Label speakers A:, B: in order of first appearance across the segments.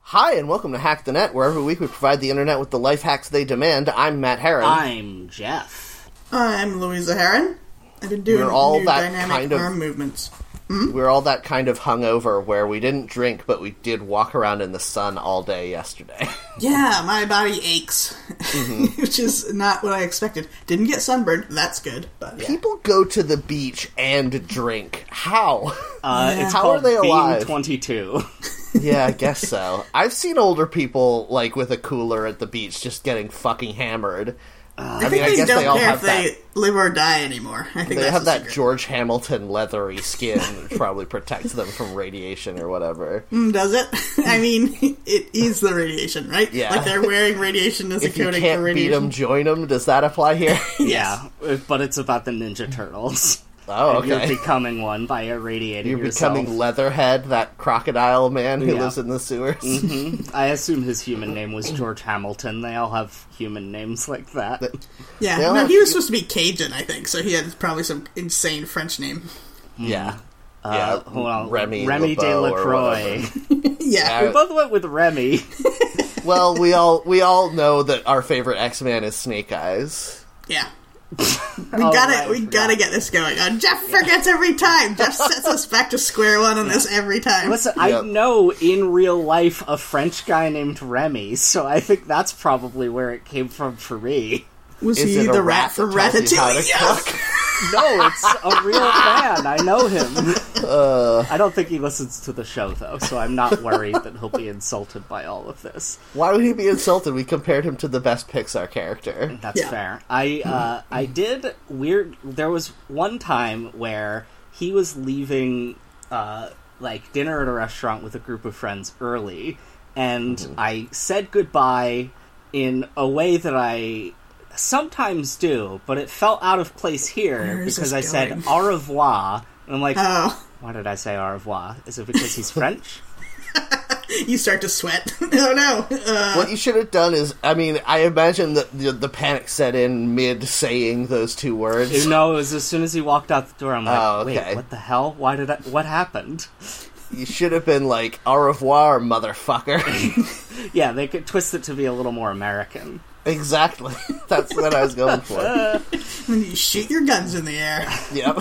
A: Hi, and welcome to Hack the Net, where every week we provide the internet with the life hacks they demand. I'm Matt Heron.
B: I'm Jeff.
C: I'm Louisa Heron. I've been doing
A: We're all
C: new
A: that
C: dynamic
A: kind of-
C: arm movements.
A: We're all that kind of hungover where we didn't drink, but we did walk around in the sun all day yesterday.
C: Yeah, my body aches,
A: Mm-hmm.
C: which is not what I expected. Didn't get sunburned. That's good. But yeah.
A: People go to the beach and drink. How?
C: Um,
B: Uh, It's
A: How
B: called
A: are they
B: Beam
A: alive?
B: 22.
A: yeah, I guess so. I've seen older people like with a cooler at the beach just getting fucking hammered.
C: I, think
A: mean, I
C: they
A: guess
C: don't
A: they all
C: care
A: have
C: if they live or die anymore. I think
A: They
C: that's
A: have
C: the
A: that
C: secret.
A: George Hamilton leathery skin, which probably protects them from radiation or whatever.
C: Mm, Does it? I mean, it is the radiation, right?
A: Yeah.
C: Like they're wearing radiation as a
A: If you
C: coating for
A: can't beat
C: radiation.
A: them, join them. Does that apply here?
B: yeah, but it's about the Ninja Turtles.
A: Oh, okay.
B: You're becoming one by irradiating
A: You're
B: yourself.
A: becoming Leatherhead, that crocodile man who
B: Yeah.
A: lives in the sewers.
B: I assume his human name was George Hamilton. They all have human names like that.
C: yeah.
A: They all
C: No,
A: have-
C: he was supposed to be Cajun, I think, so he had probably some insane French name.
A: Yeah.
B: Uh, hold on.
A: Remy,
B: Remy de
A: LeBeau
B: la
A: or
B: Croix.
C: Yeah.
A: Yeah.
B: We both went with Remy.
A: whatever. well, we all we all know that our favorite X Man is Snake Eyes.
C: Yeah. We
B: Oh,
C: gotta,
B: right, I
C: we
B: forgot.
C: gotta get this going on. Jeff forgets every time. Jeff sets us back to square one on this every time.
B: Listen,
A: Yep.
B: I know in real life a French guy named Remy, so I think that's probably where it came from for me.
C: Was
A: Is
C: he
A: it a
C: the
A: rat
C: rat from
A: that tells you how to
C: Ratatouille? Yes!
A: cook?
B: No, it's a real man. I know him. I don't think he listens to the show though, so I'm not worried that he'll be insulted by all of this.
A: Why would he be insulted? We compared him to the best Pixar character.
B: That's
C: Yeah.
B: fair. I uh, I did weird. There was one time where he was leaving, uh, like dinner at a restaurant with a group of friends early, and I said goodbye in a way that I sometimes do, but it felt out of place here
C: Where is
B: because I
C: this going?
B: said au revoir, and I'm like,
C: Oh,
B: why did I say au revoir? Is it because he's French?
C: you start to sweat. oh no. Uh,
A: What you should have done is, I mean, I imagine that the, the panic set in mid saying those two words.
B: no, it was as soon as he walked out the door. I'm like,
A: Oh, okay.
B: wait, what the hell? Why did I? What happened?
A: You should have been like, "Au revoir, motherfucker."
B: Yeah, they could twist it to be a little more American.
A: exactly. That's what I was going for.
C: and you shoot your guns in the air.
A: Yep.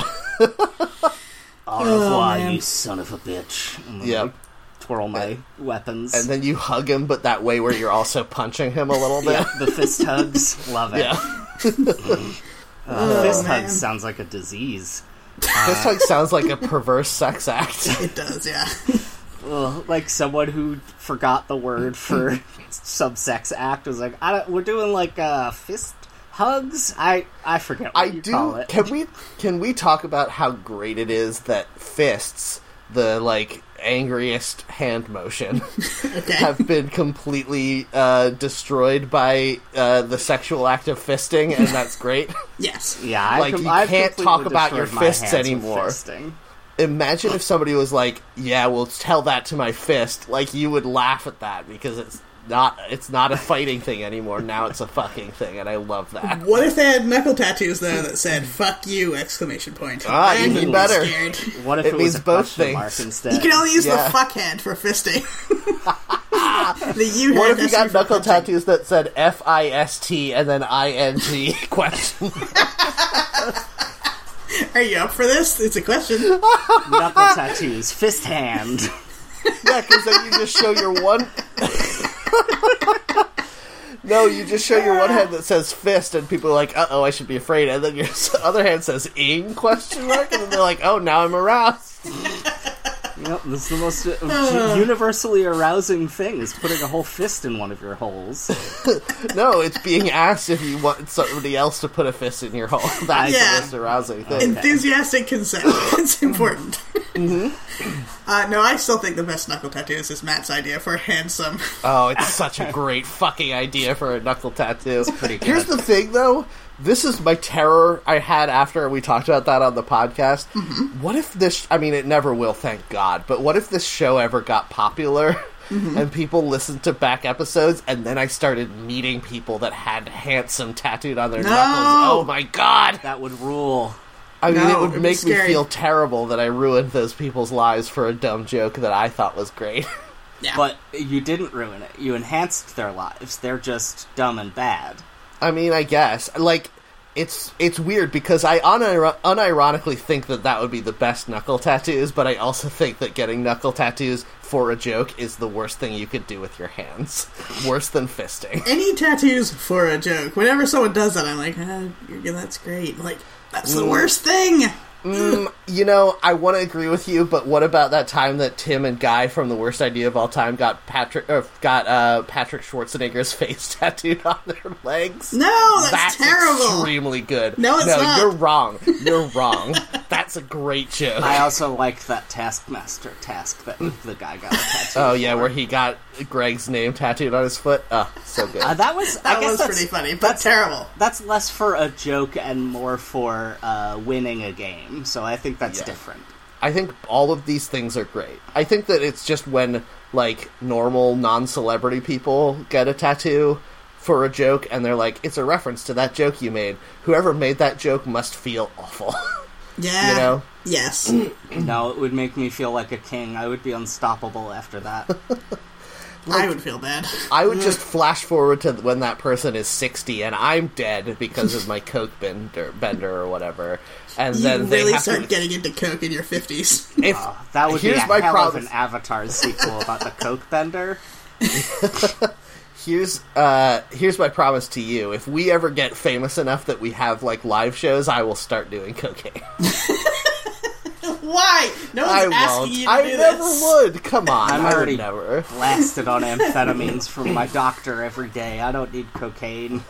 B: Au revoir,
C: man.
B: you son of a bitch. And then
A: Oh, Yep.
B: I Twirl my weapons.
A: and then you hug him, but that way where you're also punching him a little bit.
B: yeah, the fist hugs. Love it.
A: Yeah. Oh,
B: Uh, fist
C: man.
B: hugs sounds like a disease.
A: This like sounds like a perverse sex act.
C: It does, yeah.
B: Ugh, like someone who forgot the word for some sex act was like, I don't, we're doing like uh, fist hugs. I I forget what
A: I
B: you call
A: do.
B: it.
A: Can we can we talk about how great it is that fists, the like angriest hand motion,
C: Okay.
A: have been completely uh, destroyed by uh, the sexual act of fisting, and that's great.
C: Yes.
B: yeah, I
A: like,
B: com-
A: you
B: I've
A: can't
B: completely
A: talk about your
B: destroyed my
A: fists
B: hands with
A: anymore.
B: fisting.
A: Imagine if somebody was like, "Yeah, well, tell that to my fist." Like you would laugh at that because it's not it's not a fighting thing anymore. Now it's a fucking thing, and I love that.
C: What if they had knuckle tattoos though that said "fuck you!" exclamation point?
A: Ah,
C: Then
A: even
C: you'd be
A: better.
C: Scared.
B: What if
A: It
B: it,
A: means
B: was a
A: both
B: question
A: things.
B: mark instead?
C: You can only use
A: Yeah.
C: the fuck hand for fisting. the you
A: What
C: hand
A: if you
C: has to
A: got
C: be for
A: knuckle
C: punching.
A: tattoos that said F I S T and then I N G question?
C: Are you up for this? It's a question.
B: knuckle tattoos, fist hand.
A: yeah, because then you just show your one. no, you just show your one hand that says fist, and people are like, "Uh oh, I should be afraid," and then your s- other hand says "ing?" question mark, and then they're like, "Oh, now I'm aroused."
B: Yep, this is the most uh, universally arousing thing is putting a whole fist in one of your holes.
A: No, it's being asked if you want somebody else to put a fist in your hole. That's
C: Yeah.
A: the most arousing thing.
C: Enthusiastic consent. it's important.
B: Mm-hmm.
C: Uh, no, I still think the best knuckle tattoos is Matt's idea for handsome.
A: Oh, it's such a great fucking idea for a knuckle tattoo.
B: pretty good.
A: Here's the thing, though. This is my terror I had after we talked about that on the podcast.
B: Mm-hmm.
A: What if this? I mean, it never will, thank God. But what if this show ever got popular
B: Mm-hmm.
A: and people listened to back episodes, and then I started meeting people that had handsome tattooed on their knuckles? Oh my God!
B: That would rule.
A: I mean,
C: No,
A: it would
C: it'd be
A: make me
C: scary.
A: feel terrible that I ruined those people's lives for a dumb joke that I thought was great.
C: Yeah.
B: But you didn't ruin it. You enhanced their lives. They're just dumb and bad.
A: I mean, I guess like it's it's weird because I unir- unironically think that that would be the best knuckle tattoos, but I also think that getting knuckle tattoos for a joke is the worst thing you could do with your hands, worse than fisting.
C: Any tattoos for a joke. Whenever someone does that, I'm like, ah, you're- that's great. Like, that's the worst thing.
A: Mm, you know, I want to agree with you, but what about that time that Tim and Guy from the worst idea of all time got Patrick or got uh, Patrick Schwarzenegger's face tattooed on their legs?
C: No, that's, terrible.
A: extremely good.
C: No, it's not.
A: you're wrong. You're wrong. That's a great joke.
B: I also liked that Taskmaster task that the guy got a tattoo.
A: Oh yeah, where he got Greg's name tattooed on his foot. Ah, so good.
B: Uh, that was I
C: That
B: guess
C: was
B: that's,
C: pretty funny, but
B: that's-
C: terrible.
B: That's less for a joke and more for uh, winning a game. So I think that's
A: Yeah.
B: different.
A: I think all of these things are great. I think that it's just when like normal non-celebrity people get a tattoo for a joke and they're like, "It's a reference to that joke you made." Whoever made that joke must feel awful.
C: Yeah.
A: you know?
C: Yes.
B: No, it would make me feel like a king. I would be unstoppable after that. Uh,
C: I would feel bad.
A: I would just flash forward to when that person is 60 and I'm dead because of my coke bender, bender or whatever. And
C: You
A: then they
C: really
A: have
C: start
A: to,
C: getting into coke in your fifties.
A: if
B: That would
A: here's
B: be a
A: my
B: hell
A: problem.
B: of an Avatar sequel about the Coke Bender.
A: Here's uh here's my promise to you. If we ever get famous enough that we have like live shows, I will start doing cocaine.
C: Why? No
A: I
C: one's asking
A: won't.
C: you to
A: I
C: do
A: never
C: this.
A: would. Come on.
B: I'm
A: I would
B: already-
A: never.
B: Blasted on amphetamines from my doctor every day. I don't need cocaine.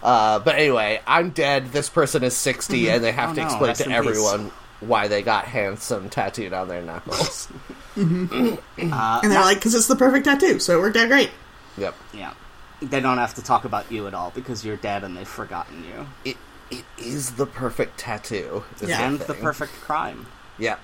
A: Uh, but anyway, I'm dead. This person is 60
C: Mm-hmm.
A: and they have
B: Oh,
A: to
B: no.
A: explain
B: Rest
A: to
B: in
A: everyone why they got handsome tattooed on their knuckles.
B: Uh,
C: And they're like, because it's the perfect tattoo, so it worked out great.
A: yep.
B: Yeah. They don't have to talk about you at all because you're dead and they've forgotten you.
A: It it is the perfect tattoo. is
C: Yeah.
B: And
A: the
B: the
A: thing.
B: perfect crime.
A: Yep.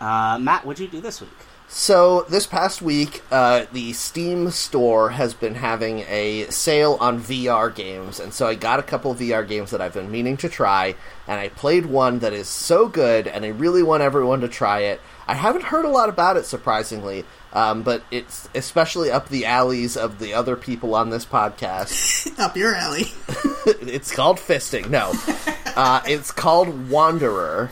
B: Uh, Matt, what'd you do this week?
A: So this past week, uh, the Steam store has been having a sale on VR games, and so I got a couple VR games that I've been meaning to try, and I played one that is so good, and I really want everyone to try it. I haven't heard a lot about it, surprisingly, um, but it's especially up the alleys of the other people on this podcast
C: Up your alley.
A: it's called fisting. No, uh, it's called Wanderer.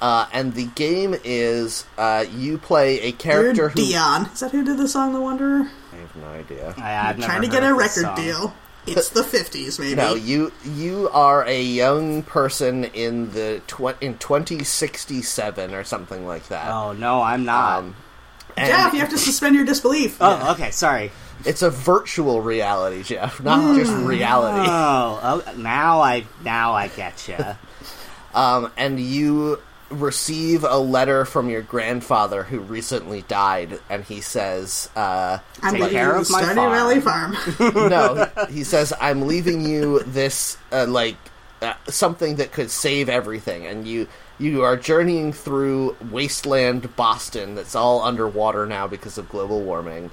A: Uh, and the game is uh, you play a character
C: You're
A: who
C: Dion. Is that who did the song "The Wanderer"?
A: I have no idea.
B: I, I've never
C: Trying to
B: heard
C: get a
B: of this
C: record
B: song.
C: deal. It's the fifties, maybe.
A: No, you you are a young person in the tw- in twenty sixty seven or something like that.
B: Oh, no, I'm not.
A: Um, and
C: Jeff, you have to suspend your disbelief.
B: oh, okay, sorry.
A: it's a virtual reality, Jeff, not just reality.
B: Oh, oh, now I now I get you.
A: um, and you receive a letter from your grandfather who recently died, and he says, uh,
C: I'm
B: Take
C: leaving
B: care
C: the
B: of my
C: Stardew
B: farm.
C: Valley farm.
A: no, he- he says, "I'm leaving you this uh, like uh, something that could save everything." And you you are journeying through wasteland Boston that's all underwater now because of global warming.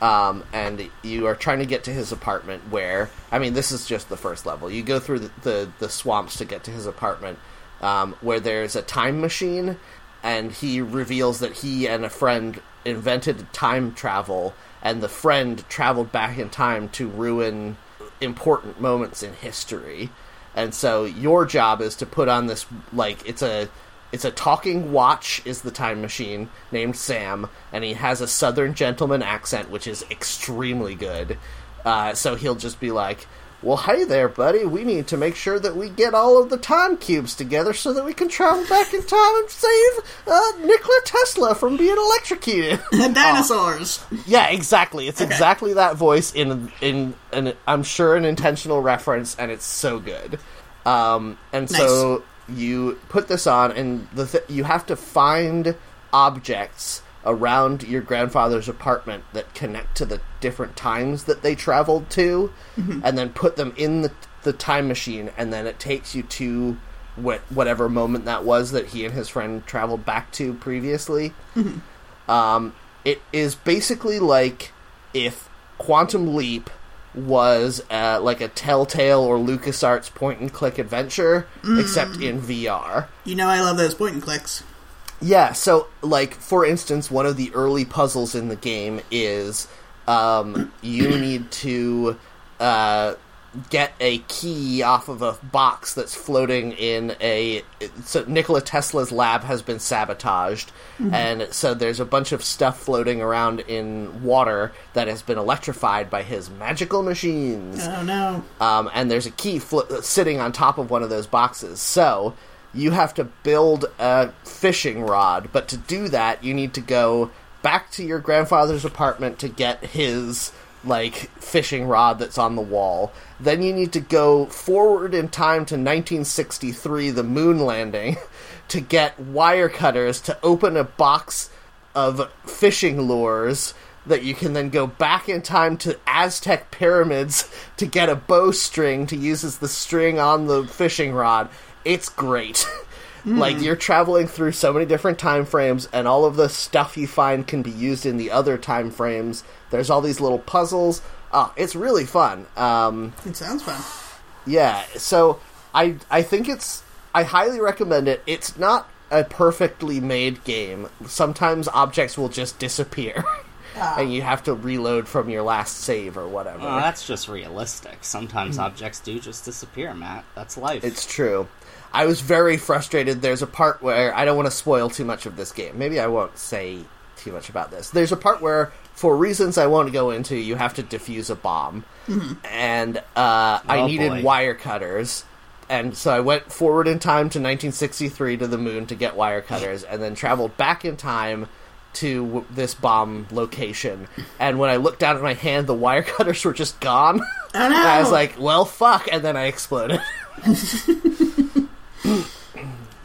A: Um, and you are trying to get to his apartment where I mean this is just the first level. You go through the the, the swamps to get to his apartment um, where there's a time machine and he reveals that he and a friend invented time travel and the friend traveled back in time to ruin important moments in history and so your job is to put on this like it's a it's a talking watch is the time machine named sam and he has a southern gentleman accent which is extremely good uh, so he'll just be like well, hey there, buddy. We need to make sure that we get all of the time cubes together so that we can travel back in time and save uh, Nikola Tesla from being electrocuted.
C: and dinosaurs.
A: yeah, exactly. It's exactly that voice in in an I'm sure an intentional reference, and it's so good. Um, and so you put this on, and the th- you have to find objects around your grandfather's apartment that connect to the different times that they traveled to, and then put them in the the time machine, and then it takes you to what whatever moment that was that he and his friend traveled back to previously. Um, it is basically like if Quantum Leap was uh, like a Telltale or LucasArts point and click adventure, except in VR.
C: You know I love those point and clicks.
A: Yeah, so like for instance, one of the early puzzles in the game is um, you need to uh, get a key off of a box that's floating in a. So Nikola Tesla's lab has been sabotaged, and so there's a bunch of stuff floating around in water that has been electrified by his magical machines
C: Oh no.
A: um, and there's a key fl- sitting on top of one of those boxes. So you have to build a fishing rod, but to do that, you need to go back to your grandfather's apartment to get his like fishing rod that's on the wall. Then you need to go forward in time to 1963, the moon landing, to get wire cutters to open a box of fishing lures that you can then go back in time to Aztec pyramids to get a bowstring to use as the string on the fishing rod. It's great. Like you're traveling through so many different time frames and all of the stuff you find can be used in the other time frames. There's all these little puzzles. Oh, it's really fun. Um
C: It sounds fun.
A: yeah, so I I think it's I highly recommend it. It's not a perfectly made game. Sometimes objects will just disappear. And you have to reload from your last save or whatever.
B: Well, Oh, that's just realistic. Sometimes objects do just disappear, Matt. That's life.
A: Hmm. It's true. I was very frustrated. There's a part where I don't want to spoil too much of this game. Maybe I won't say too much about this. There's a part where, for reasons I won't go into, you have to defuse a bomb, and uh, I
B: Mm-hmm. Oh,
A: needed
B: boy.
A: wire cutters, and so I went forward in time to 1963 to the moon to get wire cutters, and then traveled back in time. To w- this bomb location, and when I looked down at my hand, the wire cutters were just gone.
C: Oh no.
A: And I was like, "Well, fuck!" And then I exploded.
B: Ah,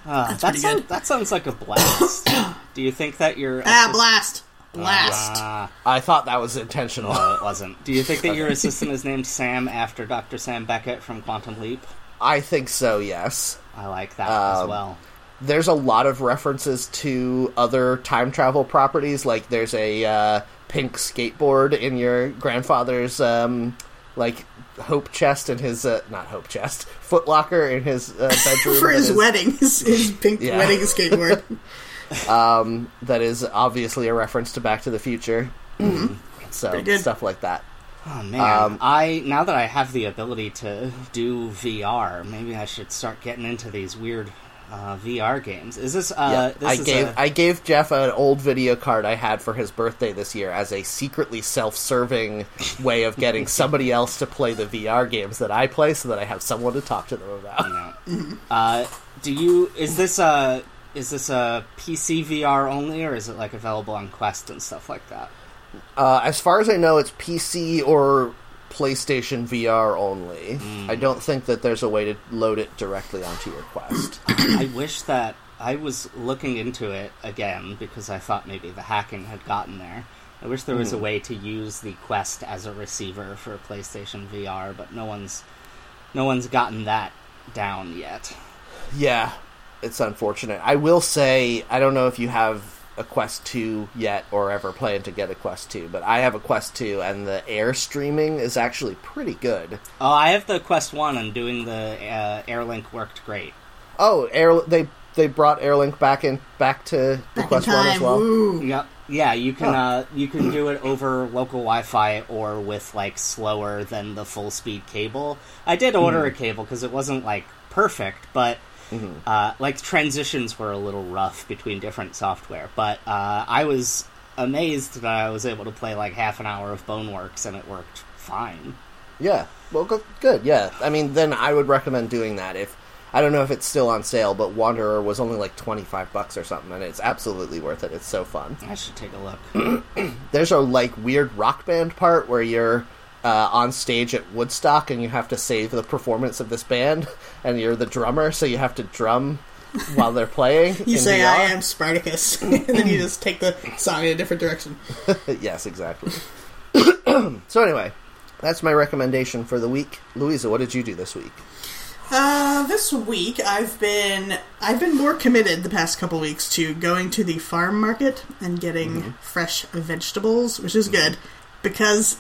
B: that,
C: pretty
B: sound-
C: good.
B: that sounds like a blast. do you think that you're
C: ah, blast, blast.
B: Ah,
A: I thought that was intentional.
B: no, it wasn't. Do you think that your assistant is named Sam after Dr. Sam Beckett from Quantum Leap?
A: I think so, yes.
B: I like that as
A: Um,
B: well.
A: There's a lot of references to other time travel properties, like there's a uh, pink skateboard in your grandfather's um, like hope chest in his uh, not hope chest footlocker in his uh, bedroom
C: For
A: that
C: his
A: is-
C: wedding, his, his pink
A: Yeah.
C: wedding skateboard.
A: um, that is obviously a reference to Back to the Future. so
C: Pretty good.
A: stuff like that.
B: Oh man,
A: um,
B: I now that I have the ability to do VR, maybe I should start getting into these weird uh, VR games. Is this? Uh,
A: Yeah,
B: this
A: I
B: is
A: gave
B: a-
A: I gave Jeff an old video card I had for his birthday this year as a secretly self-serving way of getting somebody else to play the VR games that I play, so that I have someone to talk to them about.
B: No. Uh, do you is this a is this a PC VR only, or is it like available on Quest and stuff like that?
A: Uh, as far as I know, it's PC or PlayStation VR only. I don't think that there's a way to load it directly onto your Quest.
B: I wish that I was looking into it again because I thought maybe the hacking had gotten there. I wish there was a way to use the Quest as a receiver for PlayStation VR, but no one's no one's gotten that down yet.
A: Yeah, it's unfortunate. I will say, I don't know if you have a Quest 2 yet or ever plan to get a Quest 2, but I have a Quest 2, and the air streaming is actually pretty good.
B: Oh, I have the Quest One, and doing the uh, Airlink worked great.
A: Oh, air they they brought AirLink back in back to the
C: Back in
A: Quest 1 as
C: time.
A: well.
C: Woo.
B: Yep. Yeah, you can
A: Huh.
B: uh, you can do it over local Wi-Fi or with like slower than the full speed cable. I did order
C: Hmm.
B: a cable because it wasn't like perfect, but
C: Mm-hmm.
B: uh, like transitions were a little rough between different software. But uh, I was amazed that I was able to play like half an hour of Boneworks and it worked fine.
A: Yeah. Well, go- good. Yeah. I mean, then I would recommend doing that if I don't know if it's still on sale, but Wanderer was only like 25 bucks or something and it's absolutely worth it. It's so fun.
B: I should take a look.
A: there's a like weird rock band part where you're uh, on stage at Woodstock and you have to save the performance of this band, and you're the drummer, so you have to drum while they're playing.
C: You
A: in
C: say
A: VR.
C: I am Spartacus, and then you just take the song in a different direction.
A: yes, exactly. so anyway, that's my recommendation for the week. Louisa, what did you do this week?
C: Uh, this week I've been I've been more committed the past couple weeks to going to the farm
A: Mm-hmm.
C: market and getting fresh vegetables, which is good because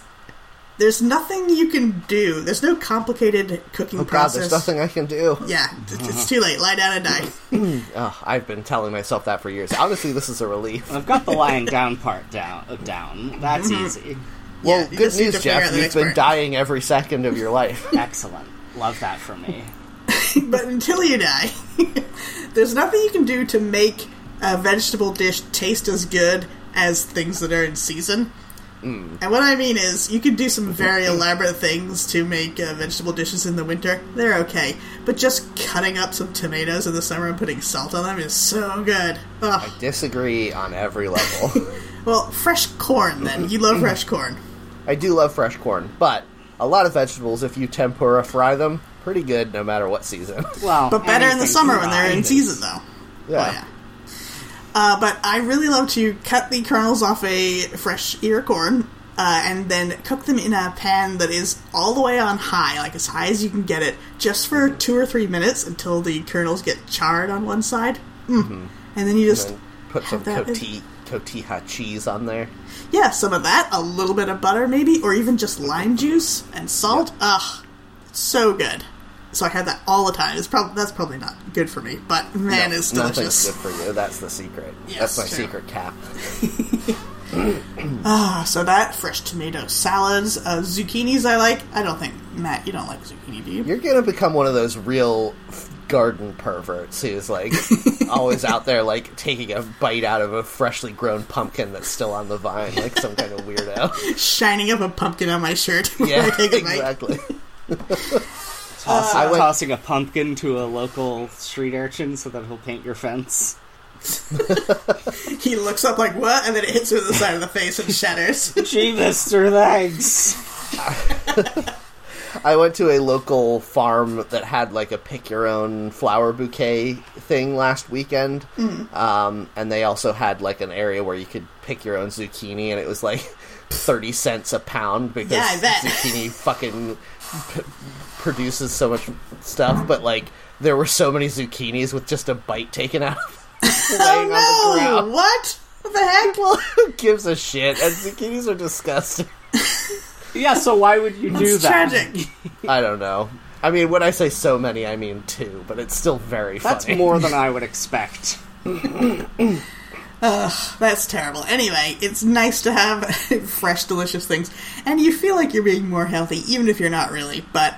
C: There's nothing you can do. There's no complicated cooking
A: Oh god,
C: process.
A: there's nothing Uh-huh. I can do.
C: Yeah, it's- it's too late. Lie down and die.
A: Ugh, I've been telling myself that for years. Honestly, this is a relief.
B: I've got the lying down part down. uh, Down. That's
C: Mm-hmm.
B: easy.
C: Yeah,
A: Well,
C: you
A: good
C: just need to
A: news,
C: figure out
A: Jeff.
C: the
A: You've
C: next
A: been
C: part.
A: dying every second of your life.
B: Excellent. Love that for me.
C: but until you die, there's nothing you can do to make a vegetable dish taste as good as things that are in season. And what I mean is, you can do some very elaborate things to make uh, vegetable dishes in the winter. They're okay. But just cutting up some tomatoes in the summer and putting salt on them is so good. Ugh.
A: Disagree on every level.
C: Well, fresh corn then. You love fresh corn.
A: I do love fresh corn, but a lot of vegetables, if you tempura fry them, pretty good no matter what season.
B: Well,
C: But better in the
B: anything
C: summer when they're in
B: fried.
C: season, though.
A: Yeah.
C: Oh, yeah. Uh, but I really love to cut the kernels off a fresh ear corn uh, and then cook them in a pan that is all the way on high, like as high as you can get it, just for
A: Mm-hmm.
C: two or three minutes until the kernels get charred on one side. Mm.
A: Mm-hmm.
C: And then you just
A: And put some
C: have that in-
A: coti- cotija cheese on there.
C: yeah, some of that, a little bit of butter maybe, or even just lime juice and salt. Ugh, it's so good. So I had that all the time. It's probably that's probably not good for me, but man,
A: No,
C: it's
A: Nothing's
C: delicious.
A: good for you. That's the secret.
C: Yes,
A: That's my
C: true.
A: secret cap.
C: Ah, so that fresh tomato salads, uh, zucchinis. I like. I don't think Matt, you don't like zucchini, do you?
A: You're gonna become one of those real f- garden perverts who's like always out there like taking a bite out of a freshly grown pumpkin that's still on the vine, like some kind of weirdo.
C: Shining up a pumpkin on my shirt. before
A: Yeah,
C: I take a bite.
A: exactly.
B: Toss-
A: Uh, I went-
B: tossing a pumpkin to a local street urchin so that he'll paint your fence.
C: He looks up like what, and then it hits him in the side of the face and shatters.
B: Gee, Mister, thanks.
A: I went to a local farm that had like a pick your own flower bouquet thing last weekend.
C: Mm.
A: Um, and they also had like an area where you could pick your own zucchini, and it was like 30 cents a pound because
C: Yeah, I bet.
A: zucchini fucking p- produces so much stuff. But like, there were so many zucchinis with just a bite taken out of them laying on the
C: no,
A: ground.
C: Oh, what? What the heck? Well,
A: Who gives a shit? And zucchinis are disgusting.
B: Yeah, so why would you do
C: it's
B: that?
C: tragic.
A: I don't know. I mean, when I say so many, I mean two, but it's still very
B: That's
A: funny.
B: more than I would expect.
C: That's terrible. Anyway, it's nice to have fresh, delicious things, and you feel like you're being more healthy, even if you're not really. But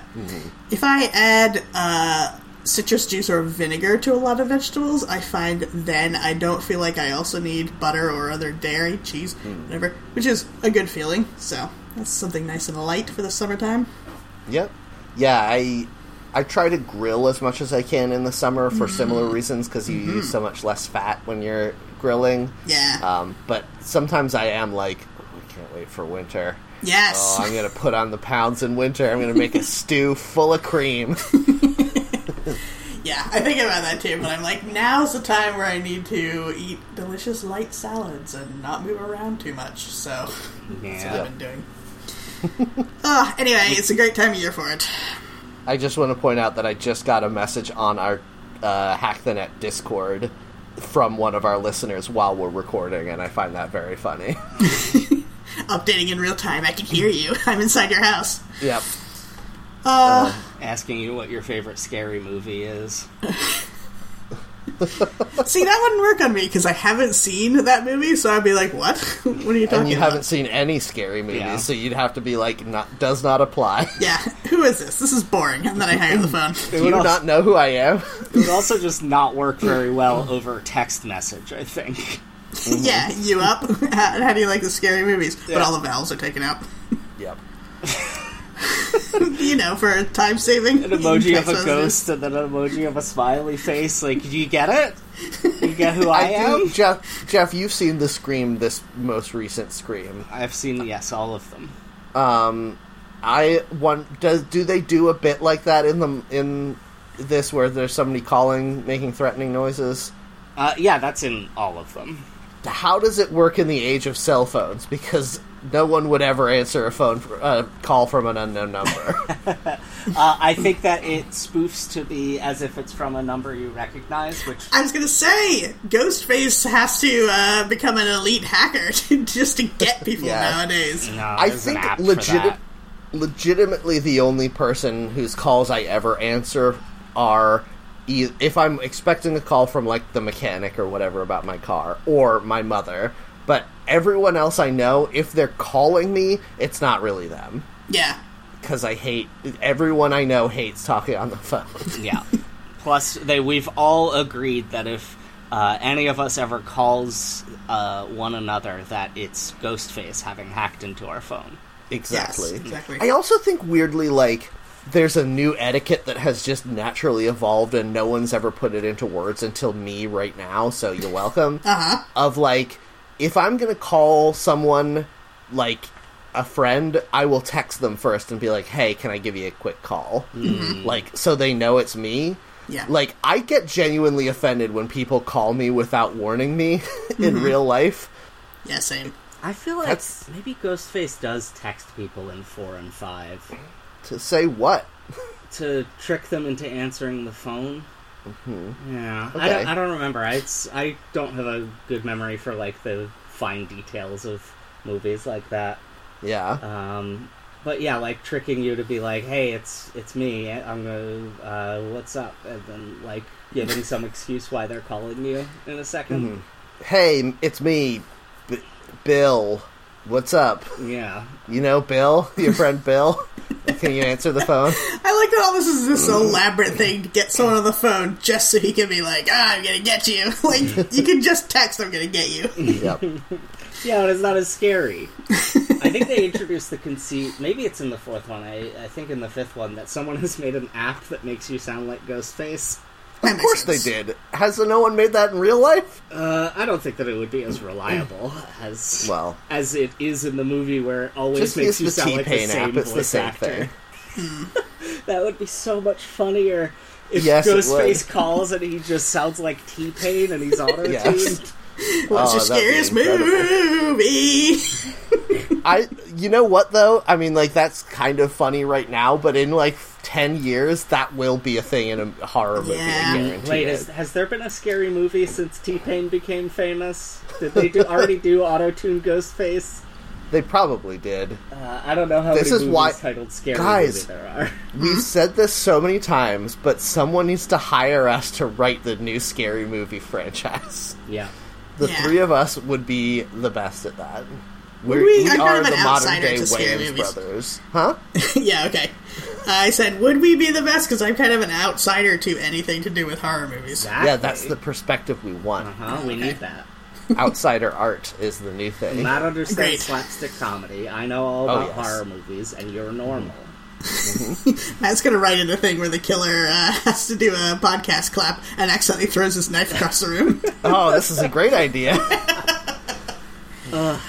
C: if I add uh, citrus juice or vinegar to a lot of vegetables, I find then I don't feel like I also need butter or other dairy, cheese, whatever, which is a good feeling. So that's something nice and light for the summertime.
A: Yep. Yeah, I I try to grill as much as I can in the summer
C: Mm-hmm.
A: for similar reasons because you use so much less fat when you're grilling.
C: Yeah.
A: Um, but sometimes I am like, "Oh, I can't wait for winter.
C: Yes.
A: Oh, I'm gonna put on the pounds in winter. I'm gonna make a stew full of cream.
C: Yeah, I think about that too, but I'm like, now's the time where I need to eat delicious light salads and not move around too much. So that's what
B: Yeah.
C: I've been doing. Ah, anyway, it's a great time of year for it.
A: I just want to point out that I just got a message on our uh, Hack the Net Discord from one of our listeners while we're recording, and I find that very funny.
C: Updating in real time, I can hear you. I'm inside your house.
A: yep.
C: Uh,
B: Asking you what your favorite scary movie is.
C: see, that wouldn't work on me because I haven't seen that movie, so I'd be like, what? what are you talking
A: And you
C: about?
A: haven't seen any scary movies,
B: Yeah.
A: so you'd have to be like, not, does not apply.
C: Yeah, who is this? This is boring. And then I hang up the phone.
A: Do you
B: also-
A: not know who I am?
B: It would also just not work very well over text message, I think.
C: yeah, you up? how, how do you like the scary movies? But
B: Yeah.
C: all the vowels are taken out.
A: yep.
C: you know, for time saving.
B: An emoji of a ghost and then an emoji of a smiley face. Like, do you get it? You get who I,
A: I, do,
B: am?
A: Jeff, Jeff, you've seen the Scream, this most recent Scream.
B: I've seen, yes, all of them.
A: I want does do they do a bit like that in the in this where there's somebody calling, making threatening noises?
B: Uh, yeah, that's in all of them.
A: How does it work in the age of cell phones? Because no one would ever answer a phone for, a call from an unknown number.
B: Uh, I think that it spoofs to be as if it's from a number you recognize, which
C: I was gonna say, Ghostface has to uh, become an elite hacker to, just to get people
A: Yeah.
C: nowadays.
B: no,
A: I
B: there's an
A: think
B: app for
A: legit.
B: that.
A: legitimately the only person whose calls I ever answer are e- if I'm expecting a call from like the mechanic or whatever about my car or my mother. But everyone else I know, if they're calling me, it's not really them
C: Yeah.
A: because I hate everyone I know hates talking on the phone.
B: Yeah. Plus, they we've all agreed that if uh, any of us ever calls uh, one another, that it's Ghostface having hacked into our phone.
A: exactly.
C: exactly.
A: I also think weirdly like there's a new etiquette that has just naturally evolved and no one's ever put it into words until me right now, so you're welcome.
C: Uh-huh.
A: Of like if I'm going to call someone like a friend, I will text them first and be like, "Hey, can I give you a quick call?" Like so they know it's me.
C: Mm-hmm. Yeah.
A: Like I get genuinely offended when people call me without warning me in
C: Mm-hmm.
A: real life.
C: Yeah, same.
B: I feel like
A: That's-
B: maybe Ghostface does text people in four and five
A: to say what?
B: to trick them into answering the phone. Mm-hmm. Yeah, I,
A: Okay.
B: don't, I don't remember. I, it's, I don't have a good memory for like the fine details of movies like that.
A: Yeah.
B: Um, but yeah, like tricking you to be like, "Hey, it's it's me. I'm gonna uh, what's up?" and then like giving some excuse why they're calling you in a 2nd
A: hey, it's me, B- Bill. What's up?
B: Yeah,
A: You know Bill, your friend Bill. Can you answer the phone?
C: I like that all this is this elaborate thing to get someone on the phone just so he can be like, ah, I'm gonna get you. like, you can just text, I'm gonna get you.
A: Yep.
B: yeah, and it's not as scary. I think they introduced the conceit. Maybe it's in the fourth one. I, I think in the fifth one that someone has made an app that makes you sound like Ghostface.
A: Of course they did. Has no one made that in real life?
B: Uh, I don't think that it would be as reliable as
A: Well.
B: as it is in the movie, where it always
A: Just
B: makes
A: use
B: you
A: the
B: sound like the
A: T-Pain
B: same
A: app. It's the
B: voice
A: same
B: actor.
A: thing.
B: That would be so much funnier if
A: Yes, it
B: Ghostface
A: would.
B: calls and he just sounds like T Pain and he's auto tuned.
A: Yes.
C: What's
A: Oh,
C: your
A: that'd be
C: scariest
A: incredible.
C: movie?
A: I. You know what though? I mean, like that's kind of funny right now, but in like ten years, that will be a thing in a horror movie.
C: Yeah.
A: I guarantee
B: Wait,
A: it.
B: has, has there been a scary movie since T Pain became famous? Did they do, already do auto tune Ghostface?
A: They probably did.
B: Uh, I don't know how
A: This
B: many
A: is
B: movies
A: why-
B: titled "Scary
A: Guys.
B: Movie" there are.
A: We've said this so many times, but someone needs to hire us to write the new scary movie franchise.
B: yeah,
A: The
C: Yeah.
A: three of us would be the best at that. We're,
C: We-
A: we
C: I'm kind
A: are
C: of an
A: the modern
C: outsider
A: day
C: to scary
A: Wayans
C: movies.
A: brothers, huh?
C: yeah, okay. I said, would we be the best? Because I'm kind of an outsider to anything to do with horror movies.
B: exactly.
A: Yeah, that's the perspective we want.
B: Huh? uh-huh, We need that.
A: Outsider art is the new thing.
B: Not understand
C: Great.
B: slapstick comedy. I know all
A: Oh,
B: about
A: yes.
B: horror movies, and you're normal.
C: Matt's gonna write in a thing where the killer uh, has to do a podcast clap and accidentally throws his knife across the room
A: Oh, this is a great idea.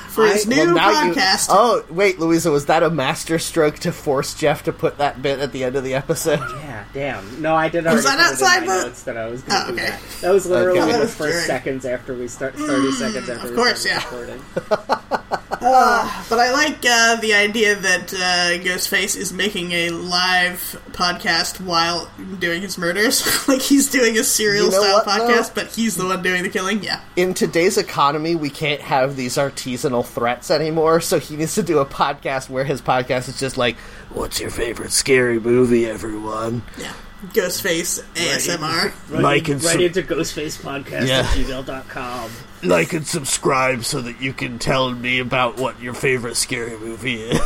C: for his
B: I-
C: new
A: Well, now you-
C: podcast.
A: Oh, wait, Louisa, was that a master stroke to force Jeff to put that bit at the end of the episode?
B: Yeah, damn. No, I did already
C: Was that
B: put it in
C: outside
B: my
C: the-
B: notes that I was going to
C: Oh,
B: do
C: okay.
B: that. That was
A: Okay.
B: literally in the
C: That was
B: first
C: during-
B: seconds after we start, 30 seconds after we
C: course,
B: started
C: yeah.
B: recording.
C: But I like uh, the idea that uh, Ghostface is making a live podcast while doing his murders. like he's doing a serial
A: You know
C: style
A: what,
C: podcast, but he's the one doing the killing. Yeah.
A: In today's economy, we can't have these artisanal threats anymore, so he needs to do a podcast where his podcast is just like, What's your favorite scary movie, everyone?
C: Yeah. Ghostface ASMR.
B: Right,
A: Mike
B: in-
A: and
B: right
A: Sue-
B: into ghostfacepodcast
A: Yeah.
B: at gmail.com.
A: like and subscribe so that you can tell me about what your favorite scary movie is.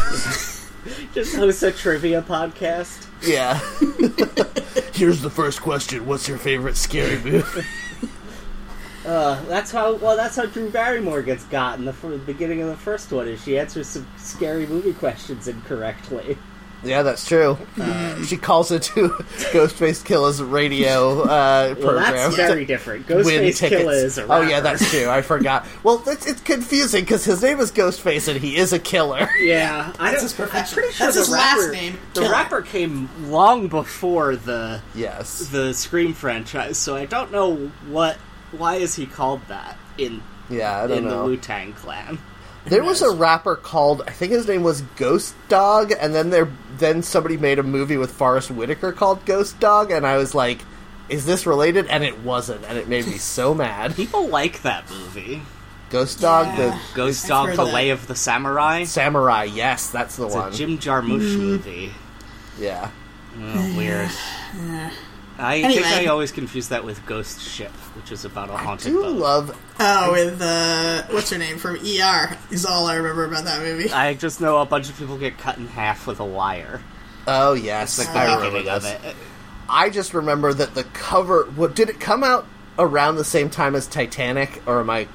B: Just host a trivia podcast.
A: yeah. Here's the first question: What's your favorite scary movie?
B: Uh, that's how well. That's how Drew Barrymore gets got in the, fir- beginning of the first one. Is she answers some scary movie questions incorrectly?
A: yeah, that's true.
B: Uh,
A: she calls into Ghostface Killer's radio uh,
B: Well,
A: program.
B: that's
A: to
B: very different.
A: Win
B: Ghostface
A: tickets.
B: Killer is a
A: oh yeah,
B: rapper.
A: that's true. I forgot. Well, it's, it's confusing because his name is Ghostface and he is a killer.
B: Yeah, I
C: That's
B: don't-
C: his profession.
B: I'm pretty sure
C: That's
B: the
C: his
B: rapper,
C: last name,
B: The
C: Killer.
B: rapper came long before the
A: Yes.
B: the Scream franchise, so I don't know what why is he called that in
A: Yeah, I don't
B: in the
A: know.
B: Wu Tang Clan.
A: There was a rapper called I think his name was Ghost Dog, and then there then somebody made a movie with Forrest Whitaker called Ghost Dog, and I was like, "Is this related?" And it wasn't, and it made me so mad.
B: People like that movie.
A: Ghost Dog,
C: Yeah.
A: the
B: Ghost
C: I've
B: Dog:
C: heard
B: The
C: that.
B: Way of the Samurai. It's
A: Samurai. Yes, that's the
B: a
A: one.
B: Jim
C: Mm.
B: Jarmusch movie.
A: yeah.
B: Oh, weird. I think
C: Anyway.
B: I always confuse that with Ghost Ship, which is about a
A: I
B: haunted
A: do
B: boat.
A: love.
C: Oh, with uh, what's her name from ER is all I remember about that movie.
B: I just know a bunch of people get cut in half with a wire.
A: Oh yes,
B: It's like
A: I
B: the
A: remember
B: beginning of
A: this.
B: it.
A: I just remember that the cover. What did it come out around the same time as Titanic, or am I?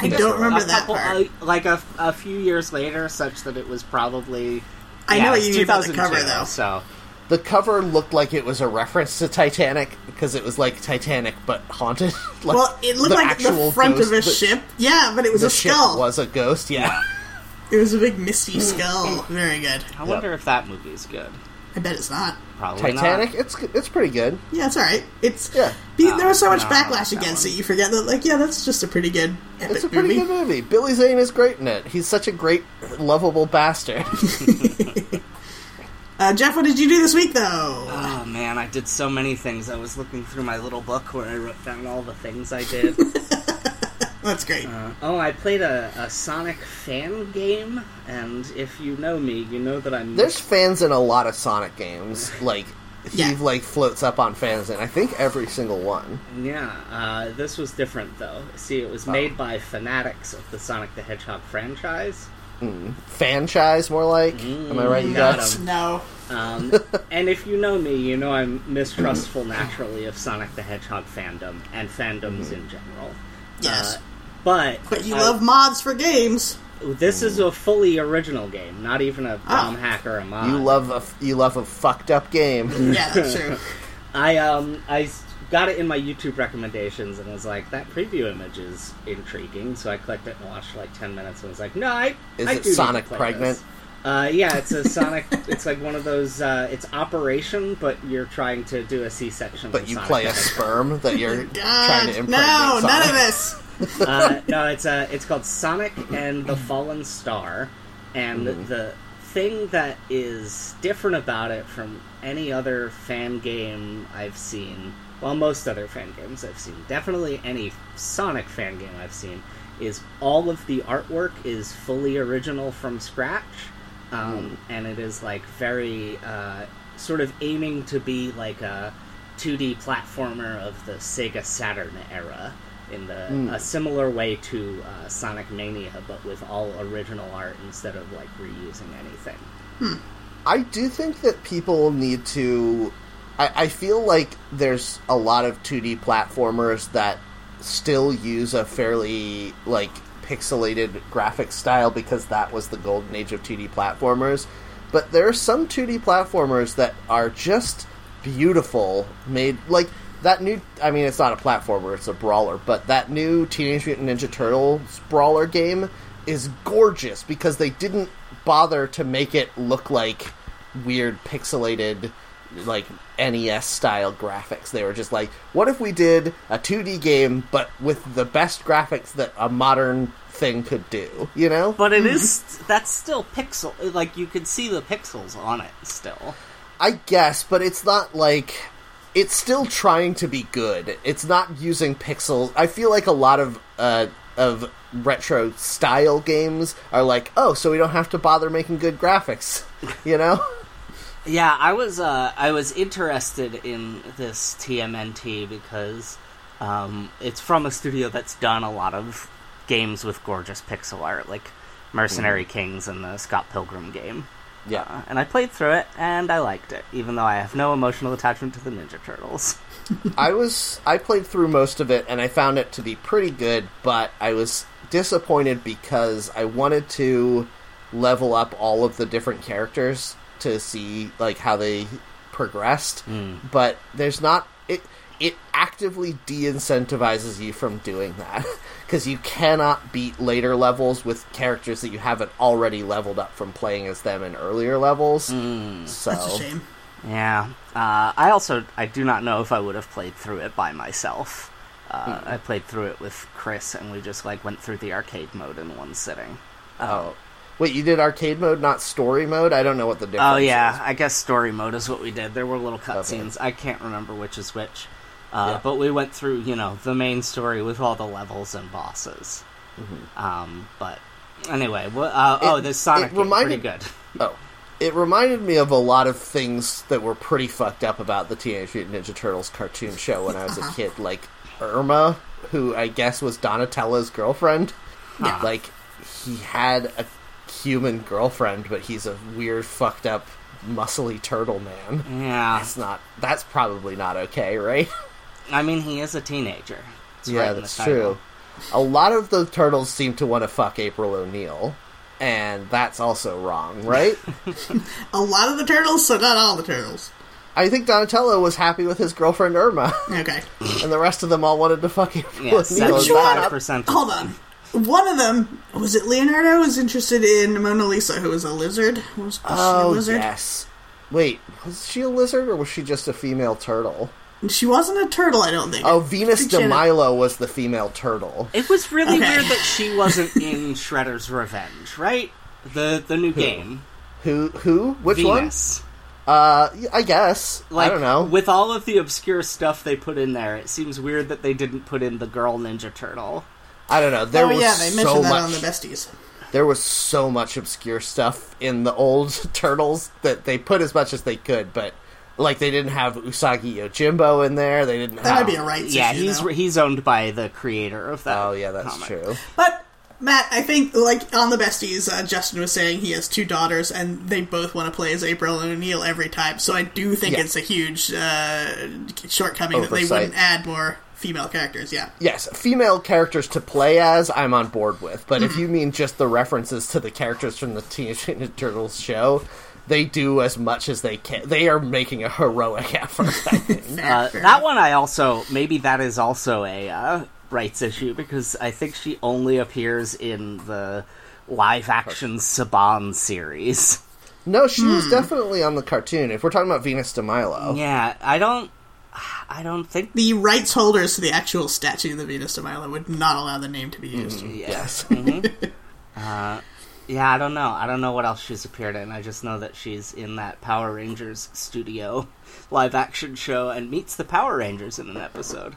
C: I don't remember
B: a
C: that
B: couple,
C: part.
B: uh, like a, a few years later, such that it was probably.
C: I
B: yeah,
C: know what
B: it's
C: you mean about the
B: 2002,
C: cover, though.
B: So
A: The cover looked like it was a reference to Titanic because it was like Titanic but haunted. like,
C: well, it looked like the
A: actual
C: front of
A: ghost
C: a
A: that-
C: ship. Yeah, but it was
A: The
C: a
A: ship
C: skull.
A: was Hmm. a ghost. Yeah,
C: It was a big misty skull. Very good.
B: I wonder if that movie's good.
C: I bet it's not.
B: Probably
A: Titanic.
B: Not.
A: It's it's pretty good.
C: Yeah, it's all right. It's
A: Yeah.
C: be- there was so
B: Uh,
C: much
B: no,
C: backlash
B: that
C: against
B: one.
C: it. You forget that, like, yeah, that's just a pretty good epic
A: It's a pretty
C: movie.
A: good movie. Billy Zane is great in it. He's such a great, lovable bastard.
C: Uh, Jeff, what did you do this week, though?
B: Oh man, I did so many things. I was looking through my little book where I wrote down all the things I did.
C: That's great.
B: Uh, oh, I played a, a Sonic fan game, and if you know me, you know that I'm.
A: There's fans in a lot of Sonic games. Like he
C: Yeah.
A: like floats up on fans, and I think every single one.
B: Yeah, uh, this was different though. See, it was made by fanatics of the Sonic the Hedgehog franchise.
A: Franchise, more like. Am I right, you
B: got
A: guys?
B: him.
C: no.
B: Um, and if you know me, you know I'm mistrustful naturally of Sonic the Hedgehog fandom and
A: Mm-hmm.
B: fandoms in general.
C: Yes.
B: Uh, but
C: But you
B: I-
C: love mods for games.
B: this is a fully original game, not even a
C: Ah.
B: bomb hack or a mod.
A: You love a you love a fucked up game.
C: Yeah, that's true.
B: I um I s- got it in my YouTube recommendations and was like that preview image is intriguing, so I clicked it and watched like ten minutes and was like, no, I
A: Is
B: I
A: it
B: do need to
A: Sonic
B: play
A: pregnant?
B: this." Uh, yeah, it's a Sonic. it's like one of those. Uh, it's Operation, but you're trying to do a C-section.
A: But
B: for
A: you
B: Sonic
A: play
B: the
A: a sperm that you're trying
C: God,
A: to impregnate.
C: no, none
A: Sonic.
C: of this.
B: uh, no, it's uh, it's called Sonic and the Fallen Star, and the thing that is different about it from any other fan game I've seen, well, most other fan games I've seen, definitely any Sonic fan game I've seen, is all of the artwork is fully original from scratch, um, and it is like very uh, sort of aiming to be like a 2D platformer of the Sega Saturn era in the a similar way to uh, Sonic Mania, but with all original art instead of like reusing anything.
A: I do think that people need to. I, I feel like there's a lot of 2D platformers that still use a fairly like pixelated graphic style because that was the golden age of 2D platformers. But there are some 2D platformers that are just beautiful, made like that new. I mean, it's not a platformer; it's a brawler. But that new Teenage Mutant Ninja Turtles brawler game is gorgeous because they didn't bother to make it look like weird pixelated like NES style graphics. They were just like, what if we did a 2D game but with the best graphics that a modern thing could do, you know?
B: But it is that's still pixel like you could see the pixels on it still.
A: I guess, but it's not like it's still trying to be good. It's not using pixels. I feel like a lot of uh, of retro style games are like, oh, so we don't have to bother making good graphics, you know?
B: Yeah, I was uh, I was interested in this TMNT because um, it's from a studio that's done a lot of games with gorgeous pixel art, like Mercenary Kings and the Scott Pilgrim game.
A: Yeah,
B: And I played through it, and I liked it, even though I have no emotional attachment to the Ninja Turtles.
A: I was I played through most of it and I found it to be pretty good, but I was disappointed because I wanted to level up all of the different characters to see like how they progressed, but there's not it it actively de-incentivizes you from doing that because you cannot beat later levels with characters that you haven't already leveled up from playing as them in earlier levels. So
C: That's a shame.
B: Yeah. Uh, I also I do not know if I would have played through it by myself. Uh,
A: Hmm.
B: I played through it with Chris, and we just like went through the arcade mode in one sitting.
A: Oh. Wait, you did arcade mode, not story mode? I don't know what the difference
B: Oh yeah,
A: is.
B: I guess story mode is what we did. There were little cutscenes. I can't remember which is which, uh,
A: Yeah.
B: but we went through you know the main story with all the levels and bosses. Um, but anyway, well, uh, oh,
A: Mm-hmm. It-
B: the Sonic
A: it
B: game,
A: reminded-
B: pretty good.
A: Oh. It reminded me of a lot of things that were pretty fucked up about the Teenage Mutant Ninja Turtles cartoon show when I was a kid, like Irma, who I guess was Donatello's girlfriend.
C: Yeah.
A: Like he had a human girlfriend, but he's a weird fucked up muscly turtle
B: Mm.
A: man.
B: Yeah,
A: That's not that's probably not okay, right?
B: I mean he is a teenager. It's right
A: yeah,
B: in the
A: that's
B: title.
A: true. A lot of the turtles seem to want to fuck April O'Neil, and that's also wrong, right?
C: A lot of the turtles, so not all the turtles.
A: I think Donatello was happy with his girlfriend Irma,
C: Okay.
A: and the rest of them all wanted to fucking.
B: Yeah, seventy-five percent.
C: Hold on. One of them was it Leonardo was interested in Mona Lisa, who was a lizard. Was, was she a
A: Oh
C: lizard?
A: yes. Wait, was she a lizard or was she just a female turtle?
C: She wasn't a turtle, I don't think.
A: Oh, Venus
C: Did she-
A: de Milo was the female turtle.
B: It was really
C: Okay.
B: weird that she wasn't in Shredder's Revenge, right? The the new game.
A: Who? Who? Which
B: Venus.
A: one? Uh, yeah, I guess. I don't know.
B: With all of the obscure stuff they put in there, it seems weird that they didn't put in the girl Ninja Turtle.
A: I don't know. There
C: oh
A: was
C: yeah, they mentioned
A: so
C: that
A: much.
C: on the besties.
A: there was so much obscure stuff in the old turtles that they put as much as they could, but like they didn't have Usagi Yojimbo in there. They didn't.
C: That
A: have...
C: might be a rights
B: yeah,
C: issue.
B: he's
C: though.
B: he's owned by the creator of that.
A: Oh yeah, that's
B: comic.
A: true.
C: But Matt, I think like on the besties, uh, Justin was saying he has two daughters, and they both want to play as April and O'Neil every time. So I do think
A: Yeah.
C: it's a huge uh, shortcoming that they
A: Oversight.
C: wouldn't add more female characters. Yeah,
A: Yes, female characters to play as, I'm on board with. But if you mean just the references to the characters from the Teenage Mutant Ninja Turtles show, they do as much as they can. They are making a heroic effort. I think.
C: Fair,
B: Uh,
C: fair.
B: that one I also maybe that is also a uh, rights issue because I think she only appears in the live action Saban series.
A: no, she was definitely on the cartoon. If we're talking about Venus de Milo,
B: Yeah, I don't I don't think
C: The rights holders to the actual statue of the Venus de Milo would not allow the name to be used.
A: yes,
B: Yeah, I don't know. I don't know what else she's appeared in. I just know that she's in that Power Rangers studio live action show and meets the Power Rangers in an episode.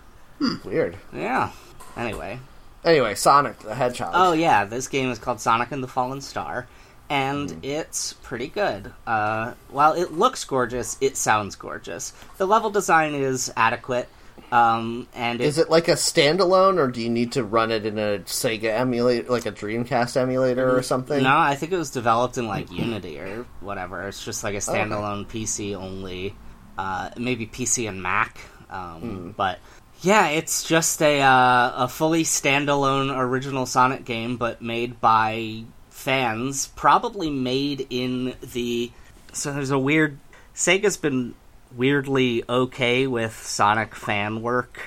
A: weird.
B: Yeah. Anyway.
A: Anyway, Sonic the Hedgehog.
B: Oh yeah, this game is called Sonic and the Fallen Star and it's pretty good. Uh while it looks gorgeous, it sounds gorgeous. The level design is adequate. Um and it,
A: Is it like a standalone, or do you need to run it in a Sega emulator, like a Dreamcast emulator or something?
B: No, I think it was developed in like Unity or whatever. It's just like a standalone PC only, uh, maybe PC and Mac. Um, But yeah, it's just a uh, a fully standalone original Sonic game, but made by fans. Probably made in the so there's a weird Sega's been weirdly okay with Sonic fan work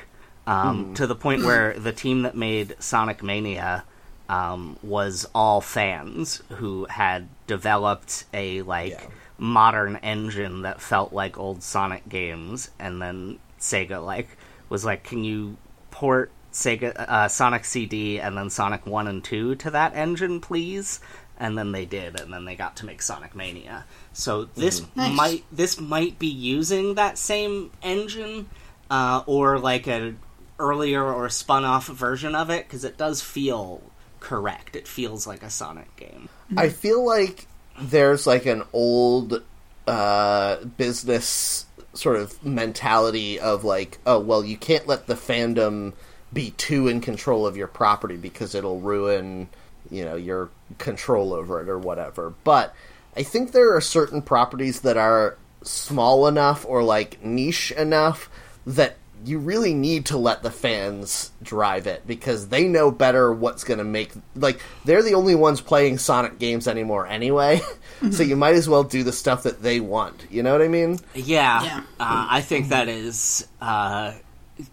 B: um, to the point where the team that made Sonic Mania um, was all fans who had developed a like
A: Yeah.
B: modern engine that felt like old Sonic games, and then Sega like was like, "Can you port Sega uh, Sonic CD and then Sonic One and Two to that engine, please?" And then they did, and then they got to make Sonic Mania. So this
C: Nice.
B: might this might be using that same engine, uh, or like a earlier or spun off version of it because it does feel correct. It feels like a Sonic game.
A: I feel like there's like an old uh, business sort of mentality of like, oh well, you can't let the fandom be too in control of your property because it'll ruin you know your control over it or whatever. But I think there are certain properties that are small enough or like niche enough that you really need to let the fans drive it because they know better what's going to make like they're the only ones playing Sonic games anymore anyway. so you might as well do the stuff that they want. You know what I mean?
B: Yeah,
C: Yeah.
B: Uh, I think that is uh,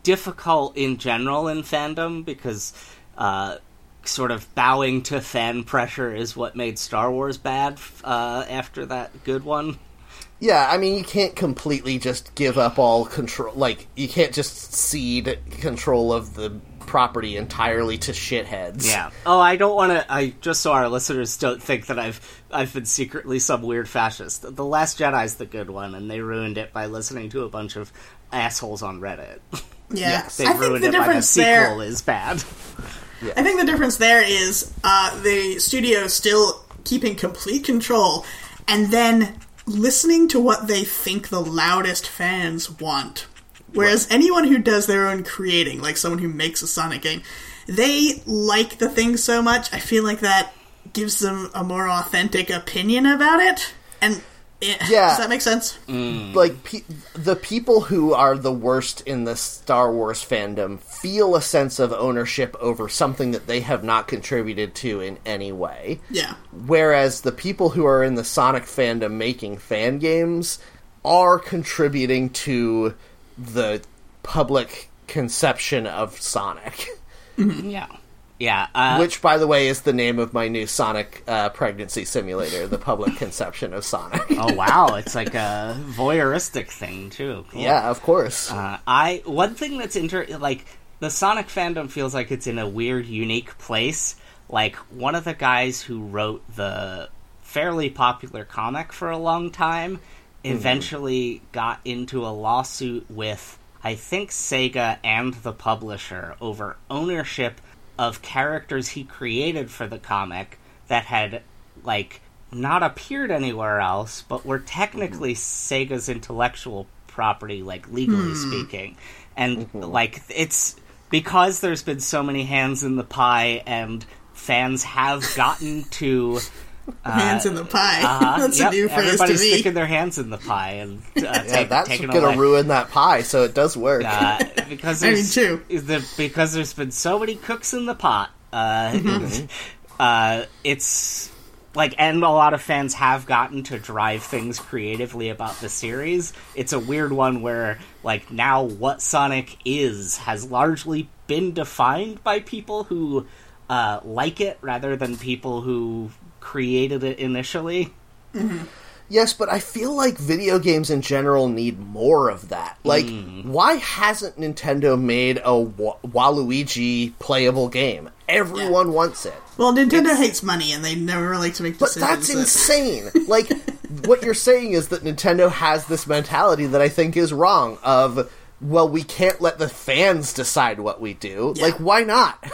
B: difficult in general in fandom because uh, sort of bowing to fan pressure is what made Star Wars bad f- uh, after that good one.
A: Yeah, I mean you can't completely just give up all control like you can't just cede control of the property entirely to shitheads.
B: Yeah. Oh, I don't want to. I just so our listeners don't think that I've I've been secretly some weird fascist. The Last Jedi's the good one, and they ruined it by listening to a bunch of assholes on Reddit.
C: Yeah,
A: Yes,
B: They
C: I think
B: ruined
C: the
B: it by the
C: difference
B: sequel
C: there.
B: is bad.
A: Yeah.
C: I think the difference there is uh, the studio still keeping complete control and then listening to what they think the loudest fans want. Whereas anyone who does their own creating, like someone who makes a Sonic game, they like the thing so much. I feel like that gives them a more authentic opinion about it. And it,
A: Yeah.
C: does that make sense?
B: Mm.
A: like pe- the people who are the worst in the Star Wars fandom feel a sense of ownership over something that they have not contributed to in any way.
C: Yeah.
A: Whereas the people who are in the Sonic fandom making fan games are contributing to the public conception of Sonic.
B: Yeah. Yeah. Uh,
A: Which, by the way, is the name of my new Sonic uh, pregnancy simulator, the public conception of Sonic.
B: oh wow, it's like a voyeuristic thing too. Cool.
A: Yeah, of course.
B: Uh, I one thing that's inter like the Sonic fandom feels like it's in a weird, unique place. Like one of the guys who wrote the fairly popular comic for a long time eventually got into a lawsuit with I think Sega and the publisher over ownership of characters he created for the comic that had like not appeared anywhere else, but were technically Sega's intellectual property, like legally
C: Hmm.
B: speaking. And
C: Mm-hmm.
B: like it's because there's been so many hands in the pie, and fans have gotten to
C: Hands in the pie.
B: uh,
C: That's
B: yep,
C: a new phrase
B: everybody's
C: to
B: sticking
C: me.
B: their hands in the pie and uh,
A: yeah,
B: take,
A: that's
B: taking
A: gonna
B: away.
A: ruin that pie, so it does work.
B: Uh, because
C: I mean,
B: there's-
C: too.
B: is the- because there's been so many cooks in the pot. Uh,
C: Mm-hmm.
B: uh, it's like, and a lot of fans have gotten to drive things creatively about the series. It's a weird one where, like, now what Sonic is has largely been defined by people who uh, like it rather than people who created it initially.
A: Yes, but I feel like video games in general need more of that. Like,
B: Hmm.
A: why hasn't Nintendo made a Wa- Waluigi playable game? Everyone wants it.
C: Well, Nintendo hates money and they never like to make
A: But
C: decisions.
A: that's
C: that-
A: insane. like, what you're saying is that Nintendo has this mentality that I think is wrong of, well, we can't let the fans decide what we do. Like, why not?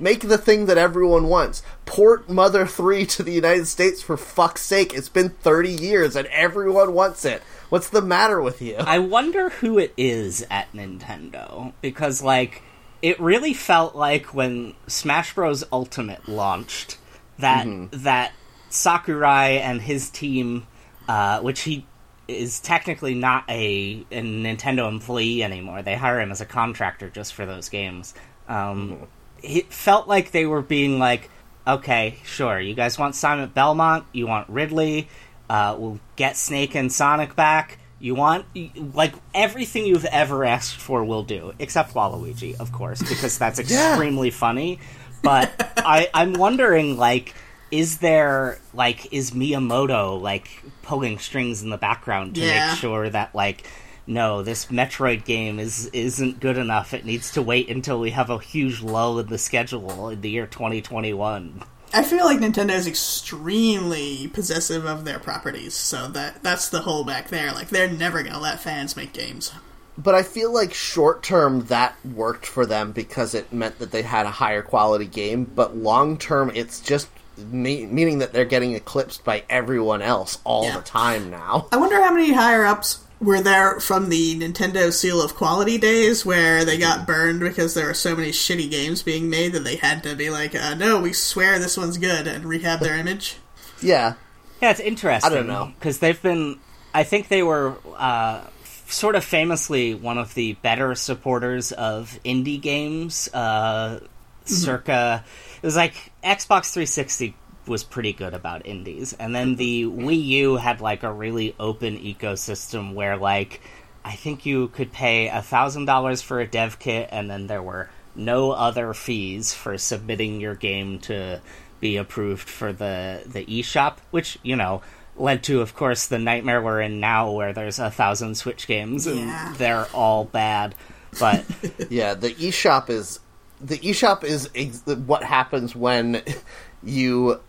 A: Make the thing that everyone wants. Port Mother 3 to the United States for fuck's sake. It's been 30 years and everyone wants it. What's the matter with you?
B: I wonder who it is at Nintendo because like it really felt like when Smash Bros Ultimate launched that that Sakurai and his team uh, which he is technically not a, a Nintendo employee anymore. They hire him as a contractor just for those games. Um, It felt like they were being like, okay, sure, you guys want Simon Belmont, you want Ridley, uh, we'll get Snake and Sonic back. You want y- like everything you've ever asked for, we'll do, except Waluigi, of course, because that's extremely funny. But I, I'm wondering, like, is there like is Miyamoto like pulling strings in the background to
C: Yeah.
B: make sure that like no, this Metroid game is isn't good enough. It needs to wait until we have a huge lull in the schedule in the year 2021.
C: I feel like Nintendo is extremely possessive of their properties, so that that's the hole back there. Like they're never gonna let fans make games.
A: But I feel like short term that worked for them because it meant that they had a higher quality game. But long term, it's just me- meaning that they're getting eclipsed by everyone else all
C: Yeah.
A: the time now.
C: I wonder how many higher ups were there from the Nintendo Seal of Quality days where they
A: Mm-hmm.
C: got burned because there were so many shitty games being made that they had to be like, uh, "No, we swear this one's good," and rehab their image.
A: Yeah,
B: Yeah, it's interesting.
A: I don't know.
B: because they've been. I think they were uh, f- sort of famously one of the better supporters of indie games. Uh, Circa, it was like Xbox 360 was pretty good about indies, and then the Wii U had like a really open ecosystem where like I think you could pay a thousand dollars for a dev kit, and then there were no other fees for submitting your game to be approved for the the eShop, which you know led to, of course, the nightmare we're in now, where there's a thousand Switch games and
C: Yeah.
B: they're all bad. But
A: yeah. The eShop is the eShop is ex- what happens when you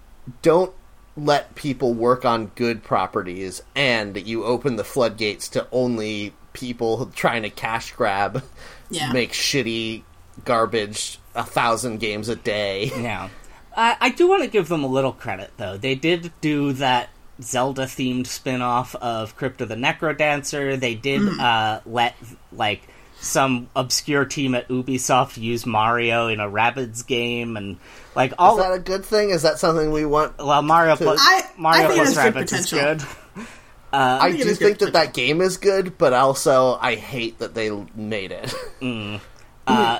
A: don't let people work on good properties and you open the floodgates to only people trying to cash grab
C: Yeah.
A: make shitty garbage a thousand games a day.
B: Yeah. I, I do want to give them a little credit, though. They did do that Zelda themed spin off of Crypt of the Necrodancer. They did
C: Hmm.
B: uh, let, like, some obscure team at Ubisoft use Mario in a Rabbids game, and, like, all.
A: Is that a good thing? Is that something we want?
B: well, Mario plus,
C: I- I
B: Mario
C: think it
B: plus
C: has good
B: Rabbids is
C: potential.
B: good.
A: I,
C: think it
A: do
C: is good
A: think that that game is good, but also I hate that they l- made it.
B: Mm.
A: Uh,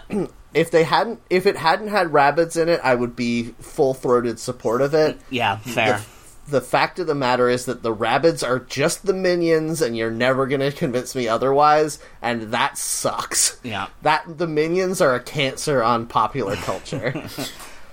A: if they hadn't, if it hadn't had rabbits in it, I would be full throated support of it.
B: Yeah,
C: Hmm.
B: fair.
A: The fact of the matter is that the rabbits are just the minions, and you're never going to convince me otherwise, and that sucks.
B: Yeah.
A: that the minions are a cancer on popular culture.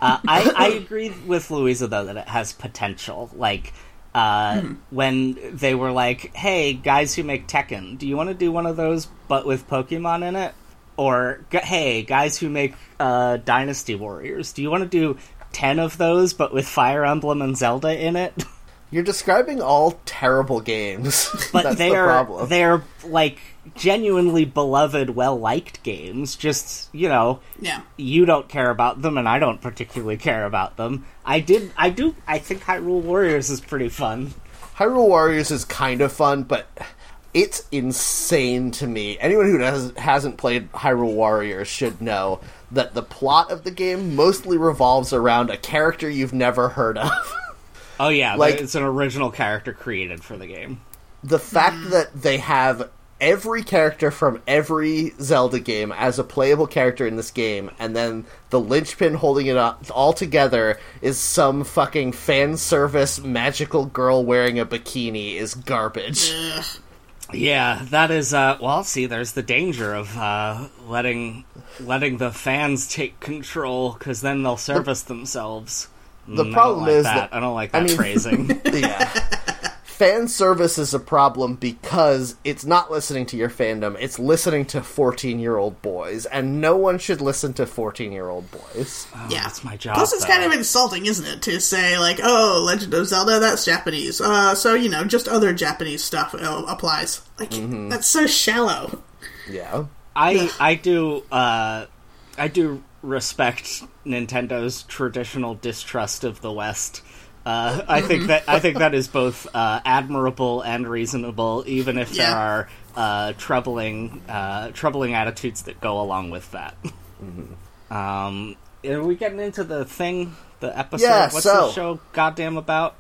B: Uh, I, I agree with Louisa though that it has potential. Like uh, when they were like, "Hey, guys who make Tekken, do you want to do one of those but with Pokemon in it?" Or g- "Hey, guys who make uh, Dynasty Warriors, do you want to do ten of those but with Fire Emblem and Zelda in it?"
A: you're describing all terrible games,
B: but
A: That's
B: they
A: the
B: are
A: problem.
B: they are like genuinely beloved, well liked games. Just you know,
C: Yeah.
B: you don't care about them and I don't particularly care about them. I did I do I think Hyrule Warriors is pretty fun.
A: Hyrule Warriors is kind of fun, but it's insane to me. Anyone who does, hasn't played Hyrule Warriors should know that the plot of the game mostly revolves around a character you've never heard of.
B: Oh yeah,
A: Like-
B: it's an original character created for the game.
A: the fact that they have every character from every Zelda game as a playable character in this game, and then the linchpin holding it up all together is some fucking fan service magical girl wearing a bikini is garbage.
B: Yeah, that is uh well see there's the danger of uh letting letting the fans take control cuz then they'll service themselves. Mm,
A: the problem
B: I don't like
A: is
B: that.
A: that-
B: I don't like that
A: mean-
B: phrasing.
A: yeah. Fan service is a problem because it's not listening to your fandom, it's listening to 14 year old boys, and no one should listen to 14 year old boys.
C: yeah,
B: Oh, that's my job,
C: Plus, it's
B: though.
C: kind of insulting, isn't it, to say like, "Oh, Legend of Zelda, that's Japanese." Uh, so you know, just other Japanese stuff uh, applies. Like,
A: Mm-hmm.
C: that's so shallow.
A: Yeah.
B: I I do uh, I do respect Nintendo's traditional distrust of the West. Uh, I
A: Mm-hmm.
B: think that I think that is both uh, admirable and reasonable, even if there
C: Yeah.
B: are uh, troubling uh, troubling attitudes that go along with that.
A: Mm-hmm.
B: Um, are we getting into the thing, the episode?
A: Yeah,
B: What's
A: so-
B: the show goddamn about?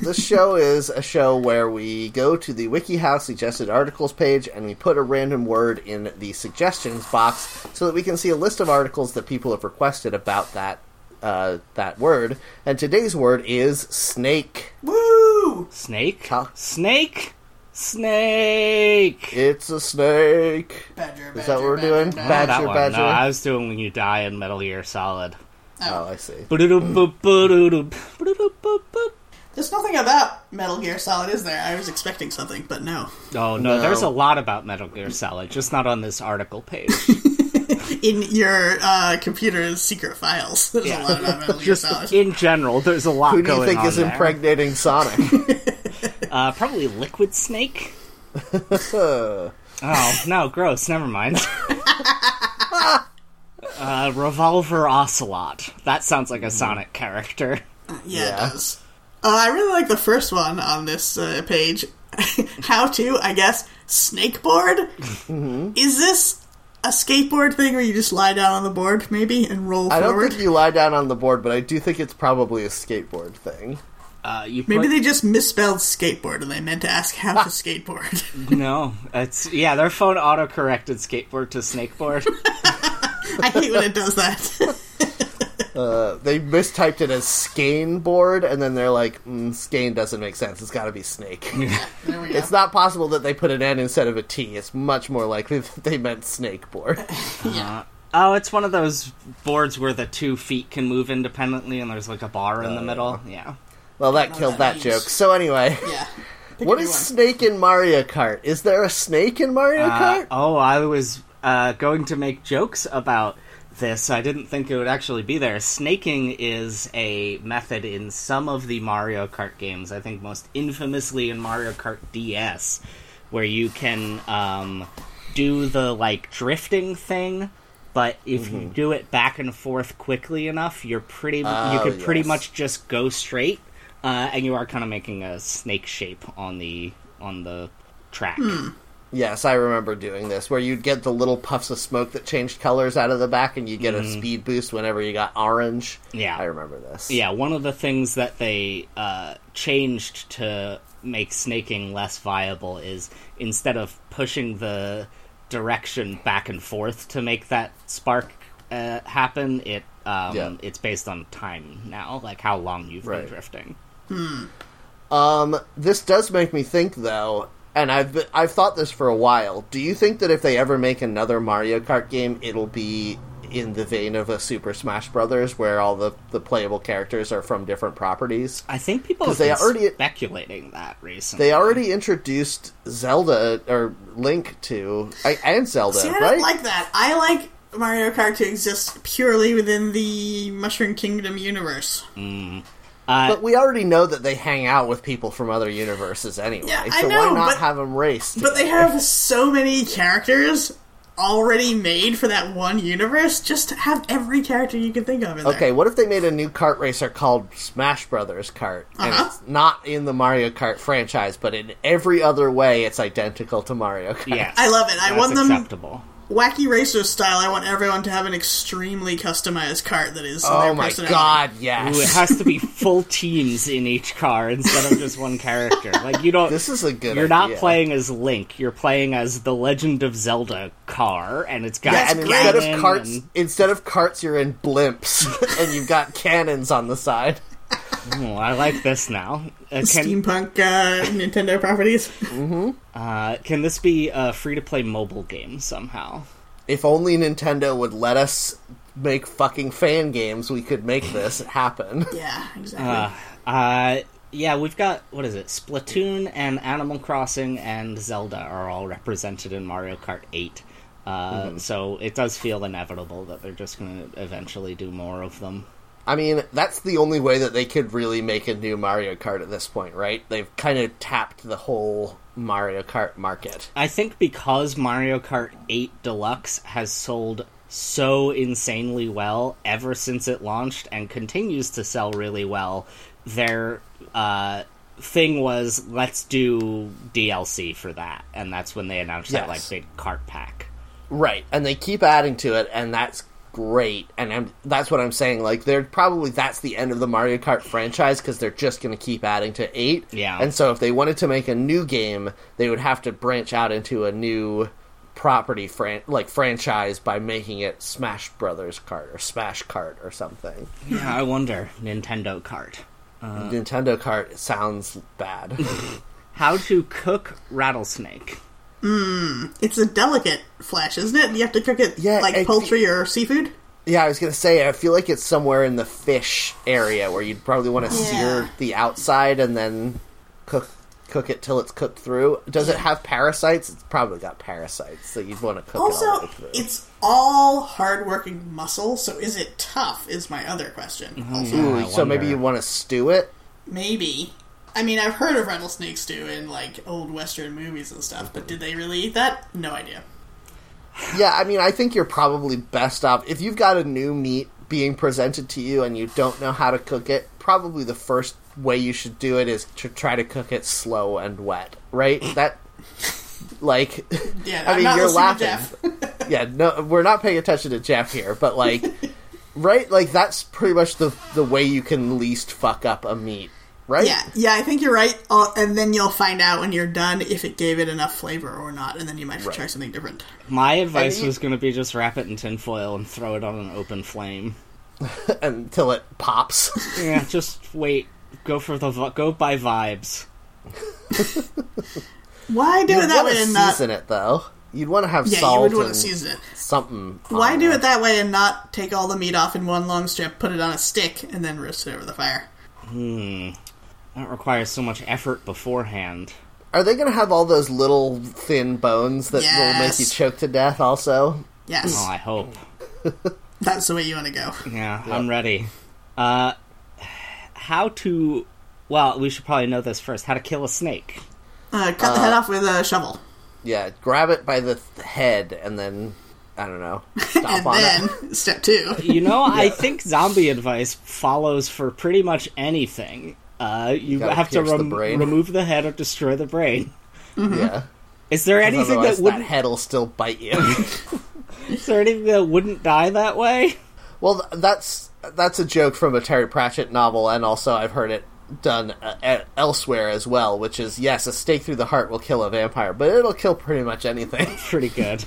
A: this show is a show where we go to the WikiHow suggested articles page and we put a random word in the suggestions box so that we can see a list of articles that people have requested about that uh, that word. And today's word is snake.
C: Woo!
B: Snake,
A: Huh?
B: snake, snake.
A: It's a snake.
C: Badger,
A: Is that what we're doing?
B: Oh,
A: Badger,
B: that
A: badger.
B: one. No, I was doing when you die in Metal Gear Solid.
A: Oh, I see.
B: Oh
C: There's nothing about Metal Gear Solid, is there? I was expecting something, but no.
B: Oh, no, there's a lot about Metal Gear Solid, just not on this article page.
C: In your uh, computer's secret files, there's a lot about Metal Gear Solid.
B: just in general, there's a lot
A: Who do
B: going
A: you think
B: on
A: is
B: there.
A: impregnating Sonic?
B: uh, probably Liquid Snake. oh no, gross. Never mind. uh, Revolver Ocelot. That sounds like a
A: Mm-hmm.
B: Sonic character.
C: Yeah,
A: Yeah.
C: it does. Uh, I really like the first one on this uh, page. How to, I guess, snakeboard?
A: Mm-hmm.
C: Is this a skateboard thing where you just lie down on the board, maybe, and roll
A: I don't
C: forward?
A: think you lie down on the board, but I do think it's probably a skateboard thing.
B: Uh, you put-
C: Maybe they just misspelled skateboard and they meant to ask how to skateboard.
B: No, it's yeah. Their phone auto corrected skateboard to snakeboard.
C: I hate when it does that.
A: Uh, They mistyped it as skein board, and then they're like, mm, skein doesn't make sense. It's got to be snake.
C: there we go.
A: it's not possible that they put an N instead of a T. It's much more likely that they meant snake board.
C: yeah.
B: oh, it's one of those boards where the two feet can move independently, and there's like a bar in the middle. Yeah.
A: Well, that
C: know
A: killed
C: what
A: that
C: that means.
A: joke. So anyway,
C: yeah. Pick
A: what
C: a new
A: is
C: one.
A: snake in Mario Kart? Is there a snake in Mario
B: Uh,
A: Kart?
B: oh, I was uh, going to make jokes about this. I didn't think it would actually be there. Snaking is a method in some of the Mario Kart games. I think most infamously in Mario Kart DS, where you can um, do the like drifting thing. But if
A: Mm-hmm.
B: you do it back and forth quickly enough, you're pretty. you
A: Oh,
B: could pretty
A: yes.
B: much just go straight, uh, and you are kind of making a snake shape on the on the track.
A: Hmm. Yes, I remember doing this, where you'd get the little puffs of smoke that changed colors out of the back, and you get
C: Mm-hmm.
A: a speed boost whenever you got orange.
B: Yeah.
A: I remember this.
B: Yeah, one of the things that they uh, changed to make snaking less viable is instead of pushing the direction back and forth to make that spark uh, happen, it um,
A: Yeah.
B: it's based on time now, like how long you've
A: Right.
B: been drifting.
A: Um, this does make me think, though, and I've been, I've thought this for a while. Do you think that if they ever make another Mario Kart game, it'll be in the vein of a Super Smash Brothers, where all the the playable characters are from different properties?
B: I think people
A: 'Cause
B: have
A: they
B: been
A: already-
B: speculating that recently.
A: They already introduced Zelda or Link to I, and Zelda,
C: See, I
A: right?
C: don't like that. I like Mario Kart to exist purely within the Mushroom Kingdom universe.
A: but we already know that they hang out with people from other universes anyway.
C: Yeah, I
A: so
C: know,
A: why not
C: but-
A: have them race?
C: But they
A: together?
C: have so many characters already made for that one universe. Just have every character you can think of in there.
A: Okay, what if they made a new kart racer called Smash Brothers Kart, and
C: Uh-huh.
A: it's not in the Mario Kart franchise, but in every other way, it's identical to Mario Kart.
B: Yes,
C: I love it. I
B: that's
C: want them-
B: acceptable.
C: Wacky Racer style, I want everyone to have an extremely customized cart that is
A: Oh
C: their
A: my
C: personality.
A: God!
B: Ooh, it
A: Yes,
B: has to be full teams in each car instead of just one character. Like you don't.
A: this is a good.
B: You're not
A: idea.
B: playing as Link. You're playing as the Legend of Zelda car, and it's got
A: Yeah, and
B: cannon
A: instead of carts,
B: and-
A: instead of carts, you're in blimps, and you've got cannons on the side.
B: Oh, I like this now. Uh, can
C: Steampunk uh, Nintendo properties.
B: uh, can this be a free to play mobile game somehow?
A: If only Nintendo would let us make fucking fan games, we could make this happen.
C: yeah, exactly.
A: Ah.
B: Uh, yeah, we've got what is it? Splatoon and Animal Crossing and Zelda are all represented in Mario Kart Eight. Uh,
A: Hmm.
B: So it does feel inevitable that they're just going to eventually do more of them.
A: I mean, that's the only way that they could really make a new Mario Kart at this point, right? They've kind of tapped the whole Mario Kart market.
B: I think because Mario Kart 8 Deluxe has sold so insanely well ever since it launched and continues to sell really well, their uh, thing was let's do DLC for that, and that's when they announced that like
A: Yes.
B: big cart pack.
A: Right. And they keep adding to it, and that's great. And I'm, that's what I'm saying. Like, they're probably, that's the end of the Mario Kart franchise because they're just going to keep adding to eight.
B: Yeah.
A: And so if they wanted to make a new game, they would have to branch out into a new property, fran- like, franchise by making it Smash Brothers Kart or Smash Kart or something.
B: Yeah, I wonder Nintendo Kart.
A: Nintendo Kart sounds bad.
B: How to cook rattlesnake?
C: it's a delicate flesh, isn't it? You have to cook it
A: Yeah,
C: like
A: I thi-
C: poultry or seafood.
A: Yeah, I was gonna say. I feel like it's somewhere in the fish area where you'd probably want to
C: Yeah.
A: sear the outside and then cook cook it till it's cooked through. Does it have parasites? It's probably got parasites, so you'd want to cook it all the
C: Also,
A: way through.
C: it's all hardworking muscle, so is it tough? Is my other question. Also,
A: Ooh,
B: I
A: so maybe
B: wonder.
A: you want to stew it.
C: maybe. I mean, I've heard of rattlesnakes too in like old Western movies and stuff, but did they really eat that? No idea.
A: Yeah, I mean, I think you're probably best off if you've got a new meat being presented to you and you don't know how to cook it. Probably the first way you should do it is to try to cook it slow and wet, right? That like
C: Yeah,
A: I
C: I'm
A: mean,
C: not
A: you're
C: listening to
A: laughing. yeah, no, we're not paying attention to Jeff here, but like right, like that's pretty much the the way you can least fuck up a meat, right?
C: Yeah, yeah, I think you're right. Uh, and then you'll find out when you're done if it gave it enough flavor or not, and then you might have to try something different.
B: My advice
A: you-
B: was going to be just wrap it in tinfoil and throw it on an open flame.
A: Until it pops.
B: Yeah, just wait. Go for the vi- go by vibes.
C: Why do it
A: You'd
C: that
A: want to
C: way and not?
A: season it though. You'd want to have
C: Yeah,
A: salt
C: you would want to
A: and
C: season it.
A: something.
C: Why
A: on
C: do it that way and not take all the meat off in one long strip, put it on a stick, and then roast it over the fire?
B: That requires so much effort beforehand.
A: Are they going to have all those little thin bones that will make you
C: Yes.
A: choke to death? Also,
C: Yes,
B: Oh, I hope.
C: that's the way you want to go.
B: Yeah, I'm ready. Uh, how to? Well, we should probably know this first. How to kill a snake?
A: Uh,
C: Uh, cut the head off with a shovel.
A: yeah, grab it by the th- head and then I don't know. Stop
C: and
A: on
C: then
A: it.
C: step two.
B: You know, I think zombie advice follows for pretty much anything. Uh, you
A: gotta
B: have to
A: pierce the
B: rem-
A: brain.
B: remove the head or destroy the brain.
A: Yeah.
B: Is there anything
A: Otherwise,
B: that
A: that,
B: wouldn't?
A: head'll still bite you.
B: Is there anything that wouldn't die that way?
A: well, th- that's that's a joke from a Terry Pratchett novel, and also I've heard it done uh, e- elsewhere as well. Which is, yes, a stake through the heart will kill a vampire, but it'll kill pretty much anything.
B: Pretty good.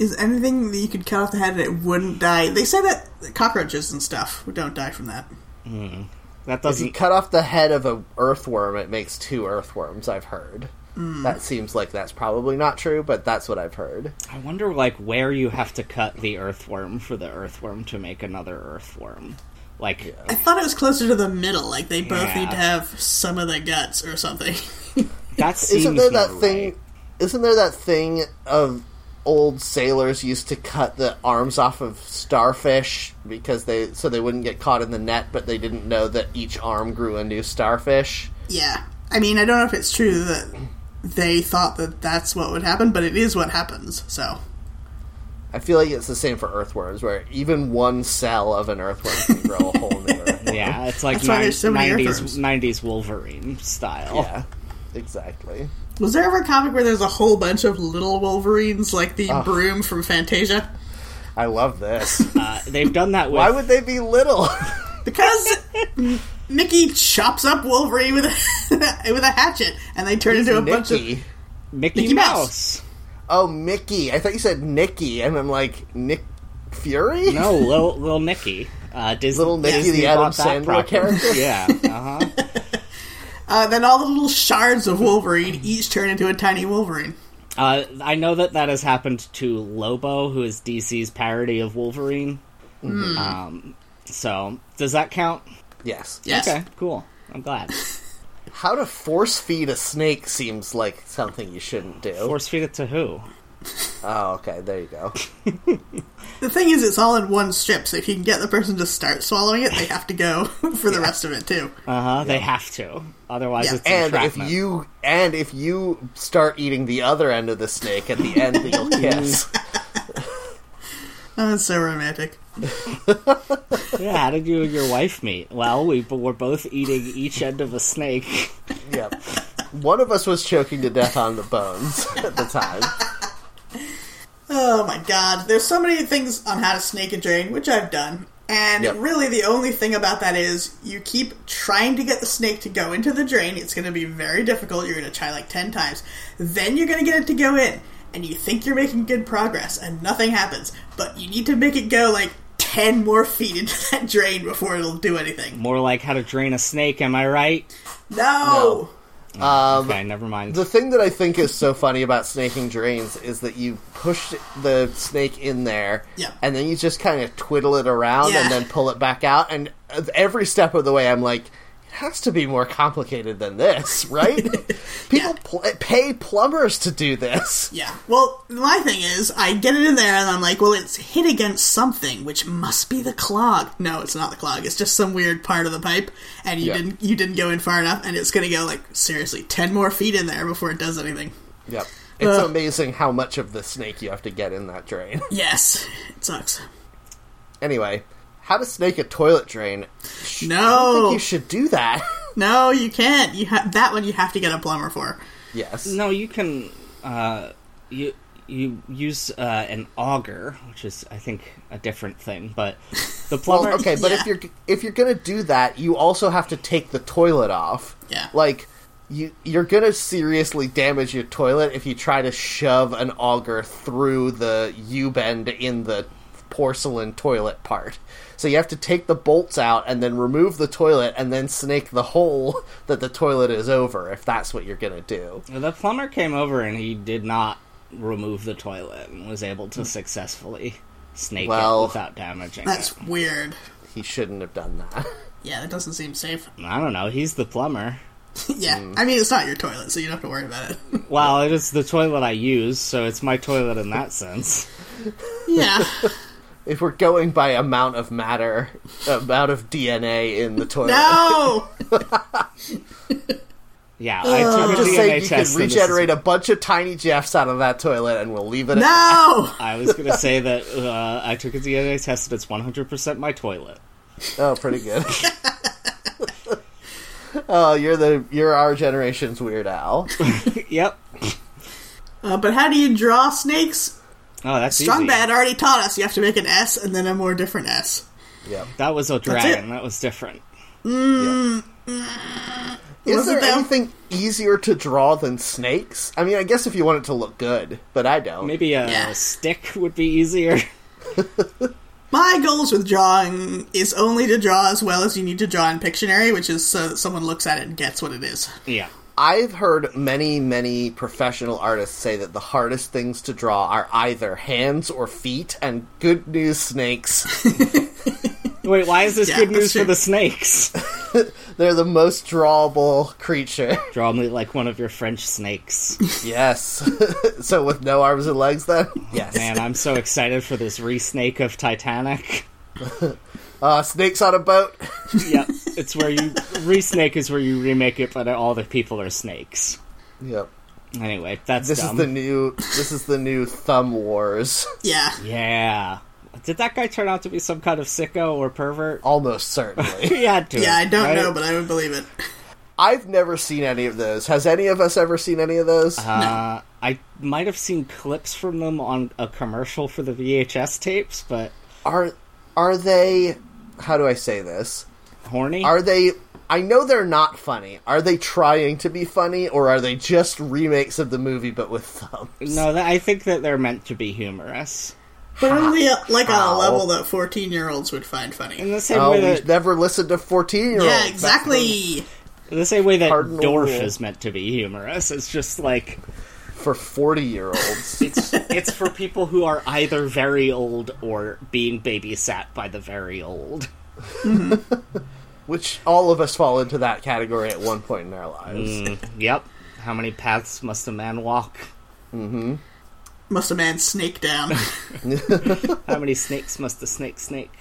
C: Is anything that you could cut off the head and it wouldn't die? They say that cockroaches and stuff don't die from that.
B: That
A: If you
B: doesn't.
A: cut off the head of a earthworm, it makes two earthworms. I've heard.
B: Hmm.
A: That seems like that's probably not true, but that's what I've heard.
B: I wonder, like, where you have to cut the earthworm for the earthworm to make another earthworm. Like,
C: I thought it was closer to the middle, like they both
B: Yeah.
C: need to have some of the guts or something.
B: that seems
A: isn't there that
B: not right.
A: thing? Isn't there that thing of old sailors used to cut the arms off of starfish because they so they wouldn't get caught in the net, but they didn't know that each arm grew a new starfish.
C: yeah. I mean, I don't know if it's true that they thought that that's what would happen, but it is what happens, so.
A: I feel like it's the same for earthworms, where even one cell of an earthworm can grow a whole new earthworm.
B: Yeah, it's like
C: That's why there's so many
B: 90s,
C: earthworms.
B: 90s Wolverine style.
A: Yeah, exactly.
C: Was there ever a comic where there's a whole bunch of little Wolverines, like the broom from Fantasia?
A: I love this.
B: Uh, they've done that with.
A: Why would they be little?
C: Because M- Mickey chops up Wolverine with a, with a hatchet, and they turn into a bunch of
A: Nicky.
B: Mickey,
C: Mickey
B: Mouse.
C: Mouse.
A: Oh, Mickey. I thought you said Nicky, and I'm like Nick Fury.
B: No, Lil, Lil Nicky. Uh, Disney,
A: Little Nicky,
B: Disney
A: the Adam
B: bought that
A: Sandler
B: property.
A: character?
B: Yeah. Uh huh.
C: Uh, then all the little shards of Wolverine each turn into a tiny Wolverine.
B: Uh, I know that that has happened to Lobo, who is DC's parody of Wolverine.
A: Mm-hmm.
B: Um, so does that count?
A: Yes.
C: Yes.
B: Okay, cool. I'm glad.
A: How to force feed a snake seems like something you shouldn't do.
B: Force feed it to who?
A: oh, okay, there you go.
C: The thing is, it's all in one strip, so if you can get the person to start swallowing it, they have to go for the rest of it too.
B: Uh huh. They have to. Otherwise,
C: Yeah.
B: it's
A: And if
B: entrapment.
A: you and if you start eating the other end of the snake at the end, then you'll kiss.
C: Oh, it's so romantic.
B: Yeah, how did you and your wife meet? Well, we but we're both eating each end of a snake.
A: yep. One of us was choking to death on the bones at the time.
C: Oh my god, there's so many things on how to snake a drain, which I've done. And
A: Yep.
C: really, the only thing about that is you keep trying to get the snake to go into the drain. It's going to be very difficult. You're going to try like 10 times. Then you're going to get it to go in. And you think you're making good progress, and nothing happens. But you need to make it go like 10 more feet into that drain before it'll do anything.
B: More like how to drain a snake. Am I right?
C: No!
B: okay, never mind.
A: The thing that I think is so funny about snaking drains is that you push the snake in there,
C: Yeah.
A: and then you just kind of twiddle it around
C: Yeah.
A: and then pull it back out. And every step of the way, I'm like, it has to be more complicated than this, right? People pl- pay plumbers to do this.
C: Yeah. Well, my thing is, I get it in there and I'm like, well, it's hit against something, which must be the clog. No, it's not the clog. It's just some weird part of the pipe, and you
A: Yeah.
C: didn't you didn't go in far enough, and it's gonna go like seriously ten more feet in there before it does anything.
A: Yep. It's
C: Ugh.
A: amazing how much of the snake you have to get in that drain.
C: Yes, it sucks.
A: anyway, how to snake a toilet drain. I think
C: No,
A: you should do that.
C: no, you can't. You ha- that one you have to get a plumber for.
A: yes.
B: No, you can. Uh, you you use uh, an auger, which is I think a different thing, but the plumber.
A: Well, okay, but if
C: Yeah.
A: you're if you're gonna do that, you also have to take the toilet off.
C: Yeah.
A: like you you're gonna seriously damage your toilet if you try to shove an auger through the U bend in the porcelain toilet part. So you have to take the bolts out and then remove the toilet and then snake the hole that the toilet is over if that's what you're gonna do.
B: The plumber came over and he did not remove the toilet and was able to successfully snake it
A: Well,
B: without damaging
C: That's
B: it.
C: weird.
A: He shouldn't have done that.
C: Yeah, that doesn't seem safe.
B: I don't know. He's the plumber.
C: yeah, I mean it's not your toilet, so you don't have to worry about it.
B: Well, it is the toilet I use, so it's my toilet in that sense.
C: yeah,
A: If we're going by amount of matter, amount of DNA in the toilet.
C: no.
B: Yeah, I
C: Uh,
B: took
A: I'm
B: a
A: just
B: DNA
A: saying you
B: test
A: could
B: and this is-
A: regenerate a bunch of tiny Jeffs out of that toilet, and we'll leave it. at
C: No!
B: I was gonna say that uh, I took a DNA test and it's 100 percent my toilet.
A: Oh, pretty good. oh, you're the you're our generation's Weird Al.
B: yep.
C: Uh, but how do you draw snakes?
B: Oh, that's
C: Strong
B: easy.
C: Bad already taught us you have to make an S and then a more different S.
A: Yep.
B: That was a
C: it.
B: dragon. That was different.
A: Yeah. Is
C: Was
A: there
C: it though?
A: anything easier to draw than snakes? I mean, I guess if you want it to look good, but I don't.
B: Maybe a
C: Yeah.
B: stick would be easier.
C: My goals with drawing is only to draw as well as you need to draw in Pictionary, which is so that someone looks at it and gets what it is.
B: yeah.
A: I've heard many, many professional artists say that the hardest things to draw are either hands or feet, and good news snakes.
B: Wait, why is this
C: Yeah,
B: good
C: that's
B: news for
C: true.
B: the snakes?
A: They're the most drawable creature.
B: Draw me like one of your French snakes.
A: yes. so with no arms and legs, then? Yes.
B: Man, I'm so excited for this re-snake of Titanic.
A: Uh, snakes on a boat.
B: Yep. It's where you re-snake is where you remake it, but all the people are snakes.
A: yep.
B: Anyway, that's
A: This is
B: dumb.
A: the new. This is the new thumb wars.
C: Yeah.
B: Yeah. Did that guy turn out to be some kind of sicko or pervert?
A: Almost certainly.
B: He had to.
C: Yeah, I don't
B: right?
C: know, but I would believe it.
A: I've never seen any of those. Has any of us ever seen any of those?
B: Uh, I might have seen clips from them on a commercial for the VHS tapes, but
A: Are are they? How do I say this?
B: horny.
A: Are they? I know they're not funny. Are they trying to be funny, or are they just remakes of the movie but with thumbs?
B: no, that, I think that they're meant to be humorous.
C: But only uh, like on
A: How?
C: a level that 14 year olds would find
B: In
C: funny.
B: the same
A: Oh,
B: way
A: we
B: that
A: never listened to fourteen-year-olds.
C: Yeah, exactly.
B: in the same way that
A: Cardinal
B: Dorf
A: rule.
B: is meant to be humorous. It's just like
A: for forty-year-olds.
B: it's it's for people who are either very old or being babysat by the very old.
A: which all of us fall into that category at one point in our lives.
B: Mm.
C: Mm-hmm.
B: Yep. How many paths must a man walk?
C: Must a man snake down.
B: How many snakes must a snake snake?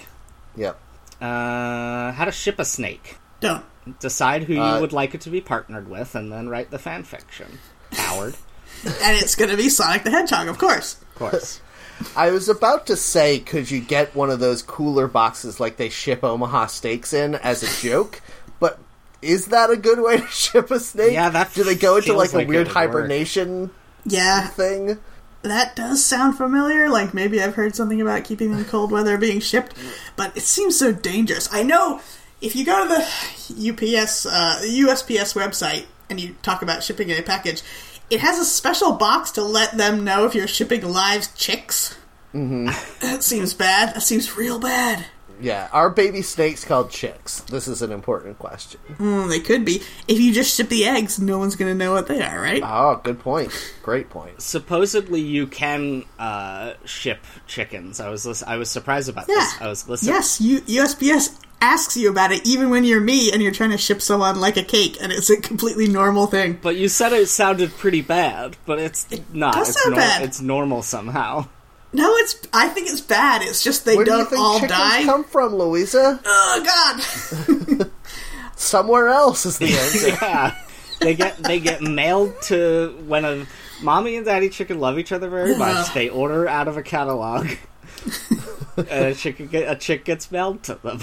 A: Yep.
B: Uh, how to ship a snake.
C: don't.
B: decide who
A: Uh,
B: you would like it to be partnered with, and then write the fan fiction. Howard,
C: And it's going to be Sonic the Hedgehog, of course.
B: of course.
A: I was about to say, could you get one of those cooler boxes like they ship Omaha steaks in as a joke? But is that a good way to ship a snake?
B: Yeah, that
A: do they go into
B: feels
A: like a
B: like it
A: weird
B: would work.
A: hibernation
C: Yeah,
A: thing?
C: that does sound familiar. Like maybe I've heard something about keeping them cold while they're being shipped, but it seems so dangerous. I know if you go to the UPS, uh, USPS website and you talk about shipping a package, it has a special box to let them know if you're shipping live chicks. Mm-hmm. That seems bad. That seems real bad.
A: Yeah, are baby snakes called chicks? This is an important question.
C: Hmm, they could be. If you just ship the eggs, no one's going to know what they are, right?
A: Oh, good point. Great point.
B: Supposedly, you can uh, ship chickens. I was lis- I was surprised about
C: Yeah.
B: this. I was listening.
C: Yes, you, USPS asks you about it even when you're me and you're trying to ship someone like a cake, and it's a completely normal thing.
B: But you said it sounded pretty bad, but it's not.
C: does
B: it's
C: sound bad.
B: It's normal somehow.
C: No, it's. I think it's bad. It's just they
A: Where do you
C: don't
A: think
C: all
A: chickens
C: die.
A: come from, Louisa?
C: oh God!
A: Somewhere else is the answer.
B: Yeah. They get they get mailed to when a mommy and daddy chicken love each other very much. They order out of a catalog. and a chicken get, a chick gets mailed to them.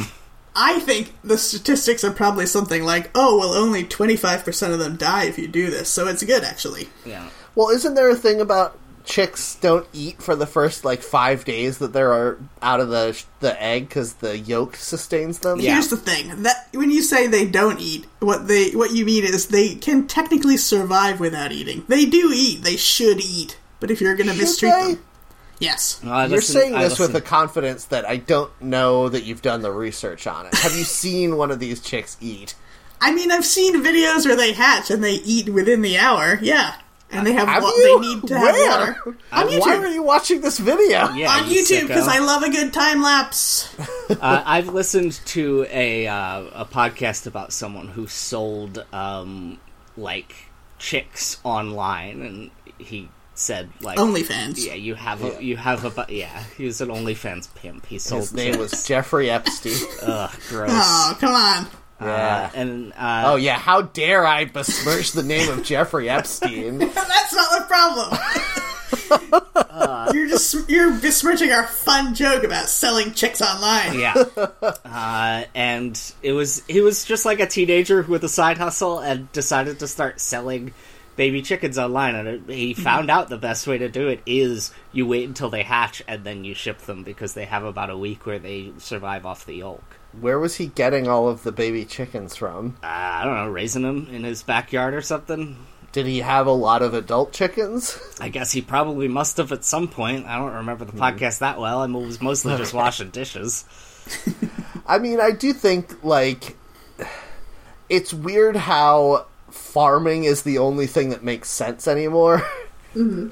C: I think the statistics are probably something like, oh, well, only twenty five percent of them die if you do this, so it's good actually.
B: Yeah.
A: Well, isn't there a thing about chicks don't eat for the first like five days that they're out of the the egg because the yolk sustains them?
B: Yeah.
C: Here's the thing that when you say they don't eat, what they what you mean is they can technically survive without eating. They do eat. They should eat. But if you're going to
A: Should
C: mistreat
A: they?
C: them, yes.
B: I
A: You're
B: listen-
A: saying
B: I
A: this with
B: listen-
A: a confidence that I don't know that you've done the research on it. Have you seen one of these chicks eat?
C: I mean, I've seen videos where they hatch and they eat within the hour. Yeah, and they have,
A: Have
C: wa-
A: you?
C: they need to
A: Where?
C: have water on
A: Why are
C: YouTube.
A: you watching this video?
B: Yeah,
C: on
B: you
C: YouTube because
B: sicko.
C: I love a good time lapse.
B: Uh, I've listened to a uh, a podcast about someone who sold um, like chicks online, and he said like
C: OnlyFans.
B: Yeah, you have a you have a bu- yeah. He was an OnlyFans pimp. He sold
A: His name
B: chicks.
A: was Jeffrey Epstein.
B: Ugh, gross.
C: Oh, come on.
A: Yeah.
B: Uh, and uh,
A: Oh yeah, how dare I besmirch the name of Jeffrey Epstein?
C: That's not the problem. you're just you're besmirching our fun joke about selling chicks online.
B: yeah uh, and it was he was just like a teenager with a side hustle and decided to start selling baby chickens online and it, he found out the best way to do it is you wait until they hatch and then you ship them because they have about a week where they survive off the yolk
A: Where was he getting all of the baby chickens from?
B: uh, i don't know raising them in his backyard or something
A: Did he have a lot of adult chickens?
B: i guess he probably must have at some point i don't remember the podcast that well i was mostly just washing dishes
A: I mean, I do think like it's weird how farming is the only thing that makes sense anymore.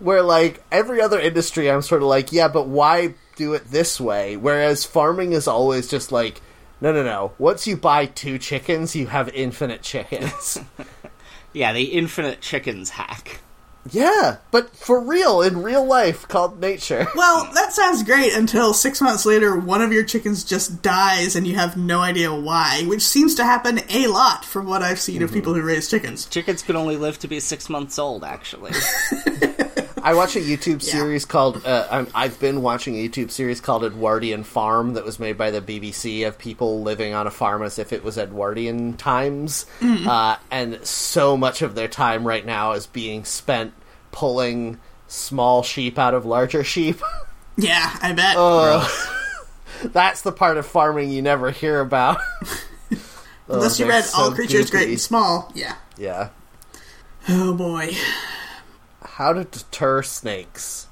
A: Where like every other industry, I'm sort of like, yeah, but why do it this way? Whereas farming is always just like, no, no, no. Once you buy two chickens, you have infinite chickens.
B: yeah the infinite chickens hack
A: yeah, but for real, in real life, called nature.
C: Well, that sounds great until six months later, one of your chickens just dies and you have no idea why, which seems to happen a lot from what I've seen
B: Mm-hmm.
C: of people who raise chickens.
B: chickens can only live to be six months old actually
A: I watch a YouTube series called. Uh, I'm, I've been watching a YouTube series called Edwardian Farm that was made by the BBC of people living on a farm as if it was Edwardian times, uh, and so much of their time right now is being spent pulling small sheep out of larger sheep.
C: Yeah, I bet.
A: Oh, That's the part of farming you never hear about.
B: Oh,
C: Unless you
A: they're
C: read
A: so
C: All Creatures Great
A: goofy.
C: and Small. Yeah.
A: yeah,
C: Oh boy.
A: how to deter snakes.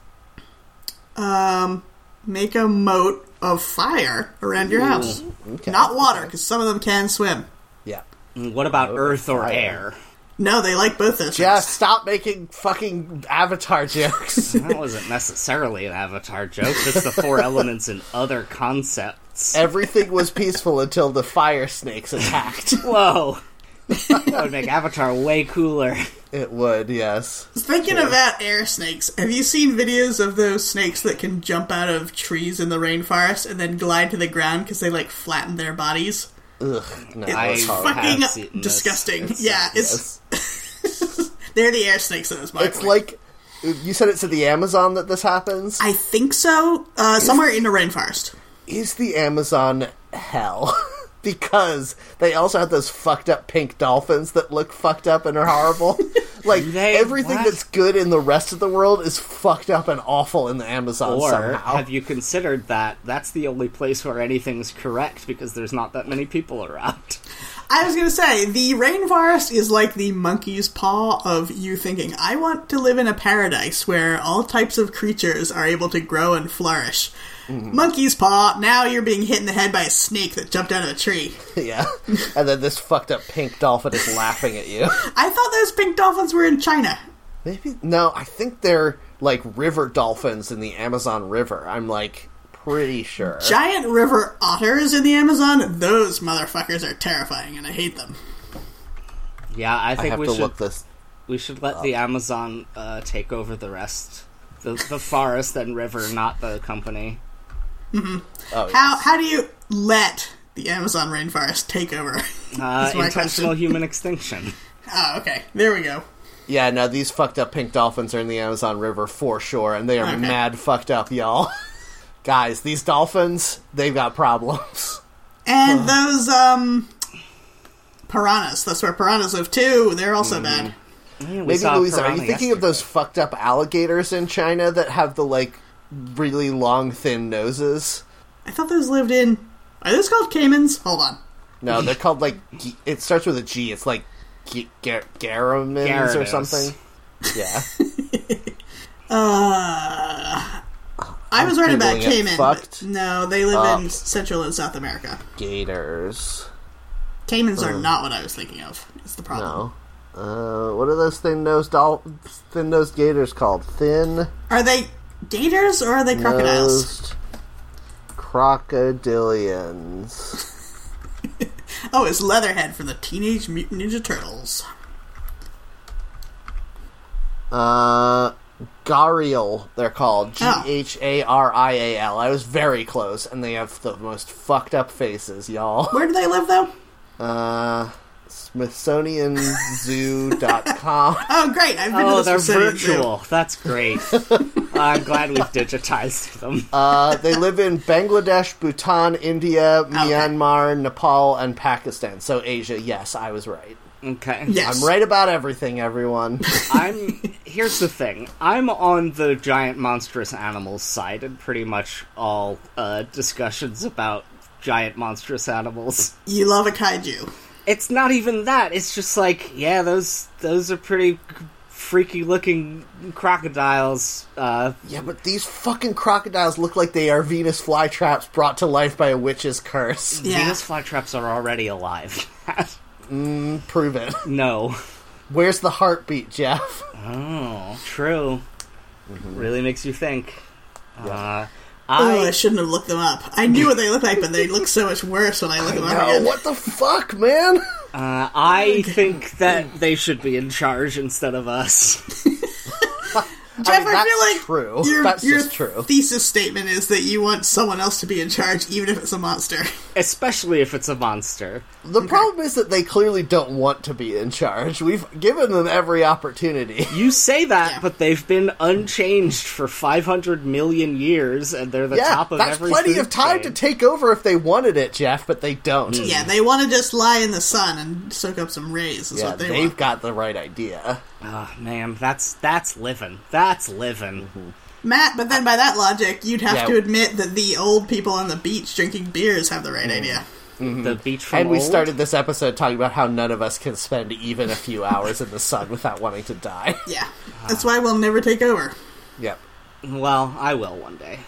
C: Make a moat of fire around your house.
A: okay.
C: Not water, because some of them can swim.
A: Yeah,
B: What about earth or
A: Oh, fire.
B: air?
C: No, they like both those
A: yeah.
C: things.
A: Uh, Stop making fucking avatar jokes.
B: That wasn't necessarily an Avatar joke. It's the four elements and other concepts.
A: Everything was peaceful until the fire snakes attacked.
B: Whoa. that would make Avatar way cooler.
A: It would, yes.
C: Thinking about air snakes, have you seen videos of those snakes that can jump out of trees in the rainforest and then glide to the ground because they like flatten their bodies?
A: Ugh, no,
B: Oh, I-
A: it's horrible.
B: fuck- have seen
C: Fucking
B: this.
C: disgusting.
B: It's-
C: yeah, it's they're the air snakes in this market.
A: It's like you said. It's at the Amazon that this happens.
C: I think so. Uh, somewhere in the rainforest.
A: Is the Amazon hell? because they also have those fucked up pink dolphins that look fucked up and are horrible. like
B: They-
A: everything
B: what?
A: that's good in the rest of the world is fucked up and awful in the Amazon
B: Or
A: somehow.
B: have you considered that that's the only place where anything's correct because there's not that many people around?
C: I was gonna say the rainforest is like the monkey's paw of you thinking I want to live in a paradise where all types of creatures are able to grow and flourish.
B: Mm-hmm.
C: Monkey's paw. Now you're being hit in the head by a snake that jumped out of a tree.
A: yeah, and then this fucked up pink dolphin is laughing at you.
C: I thought those pink dolphins were in China.
A: Maybe no, I think they're like river dolphins in the Amazon River. I'm like pretty sure.
C: Giant river otters in the Amazon. Those motherfuckers are terrifying, and I hate them.
B: Yeah, I
A: I
B: think
A: have
B: we
A: to
B: should
A: look this.
B: we should let the Amazon uh, take over the rest. The, the forest and river, not the company.
A: Oh, yeah.
C: How how do you let the Amazon rainforest take over?
B: Uh,
C: That's my
B: intentional human extinction.
C: oh, okay. There we go.
A: yeah, no, these fucked up pink dolphins are in the Amazon River for sure, and they are
C: Okay.
A: mad fucked up, y'all. Guys, these dolphins, they've got problems.
C: And those um piranhas. That's where piranhas live too. They're also bad.
B: Yeah, we
A: Maybe
B: saw a
A: Louisa, are you
B: piranha
A: thinking of
B: yesterday.
A: those fucked up alligators in China that have the like really long thin noses?
C: I thought those lived in. Are those called caimans? Hold on.
A: No, they're called like G- it starts with a G. It's like G- Gar- Garamins or
B: Gyarados.
A: something. Yeah.
C: I was right about
A: Googling it.
C: caiman. but
A: Fucked
C: no, they live in Central and South America.
A: Gators.
C: Caimans are not what I was thinking of. It's the problem.
A: No. Uh, what are those thin nosed dol- thin nosed gators called? Thin
C: Are they gators or are they crocodiles?
A: nosed crocodilians.
C: Oh, it's Leatherhead from the Teenage Mutant Ninja Turtles.
A: Uh, gharial. They're called G
C: Oh.
A: H A R I A L. I was very close, and they have the most fucked up faces, y'all.
C: Where do they live though?
A: uh, smithsonianzoo.com.
C: Oh, great! I've been
B: Oh,
C: to the
B: they're
C: Smithsonian Zoo.
B: virtual. That's great. I'm glad we've digitized them.
A: Uh, they live in Bangladesh, Bhutan, India, Myanmar, Nepal, and Pakistan. So Asia, yes, I was right.
B: Okay.
C: Yes,
A: I'm right about everything, everyone.
B: I'm here's the thing. I'm on the giant monstrous animals side in pretty much all uh, discussions about giant monstrous animals.
C: You love a kaiju.
B: It's not even that. It's just like yeah, those those are pretty freaky looking crocodiles. Uh,
A: yeah, but these fucking crocodiles look like they are Venus flytraps brought to life by a witch's curse.
C: Yeah.
B: Venus flytraps are already alive.
A: Prove it.
B: no.
A: Where's the heartbeat, Jeff?
B: Oh, true. Really makes you think. Uh,
C: Oh, I
B: I
C: shouldn't have looked them up. I knew what they looked like, but they look so much worse when I look them up
A: No,
C: again.
A: what the fuck, man?
B: uh, I think that they should be in charge instead of us.
C: Jeff, I,
A: mean, that's
C: feel like
A: true.
C: your,
A: That's
C: your
A: just true.
C: thesis statement is that you want someone else to be in charge, even if it's a monster.
B: especially if it's a monster.
A: The problem is that they clearly don't want to be in charge. We've given them every opportunity.
B: You say that,
C: Yeah.
B: but they've been unchanged for 500 million years, and they're the
A: yeah,
B: top of
A: that's
B: every.
A: plenty
B: food
A: of time
B: chain.
A: to take over if they wanted it, Jeff, but they don't.
C: yeah, they want to just lie in the sun and soak up some rays. Is
A: Yeah,
C: what they
A: they've
C: want.
A: got the right idea.
B: Ah, man, that's that's living. That's living.
C: Matt, but then by that logic, you'd have
A: Yeah.
C: to admit that the old people on the beach drinking beers have the right
A: Hmm.
C: idea.
B: The beach from
A: Mm-hmm. And we
B: old?
A: started this episode talking about how none of us can spend even a few hours in the sun without wanting to die.
C: Yeah,
A: Ah.
C: that's why we'll never take over.
A: Yep.
B: Well, I will one day.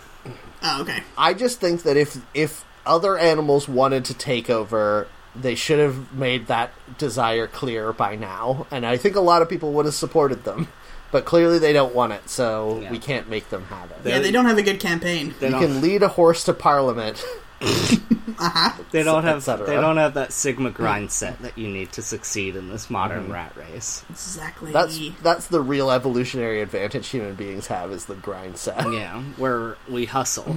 C: Oh, okay.
A: I just think that if if other animals wanted to take over, they should have made that desire clear by now, and I think a lot of people would have supported them. But clearly, they don't want it, so
B: Yeah.
A: we can't make them have it.
C: Yeah,
B: They-
C: they don't have a good campaign.
B: They
A: you
B: don't,
A: can lead a horse to parliament.
B: they don't have
A: etc.
B: they don't have that sigma grind set that you need to succeed in this modern
A: Mm-hmm.
B: rat race.
C: Exactly.
A: That's that's the real evolutionary advantage human beings have is the grind set.
B: Yeah, where we
A: Mm.
B: hustle.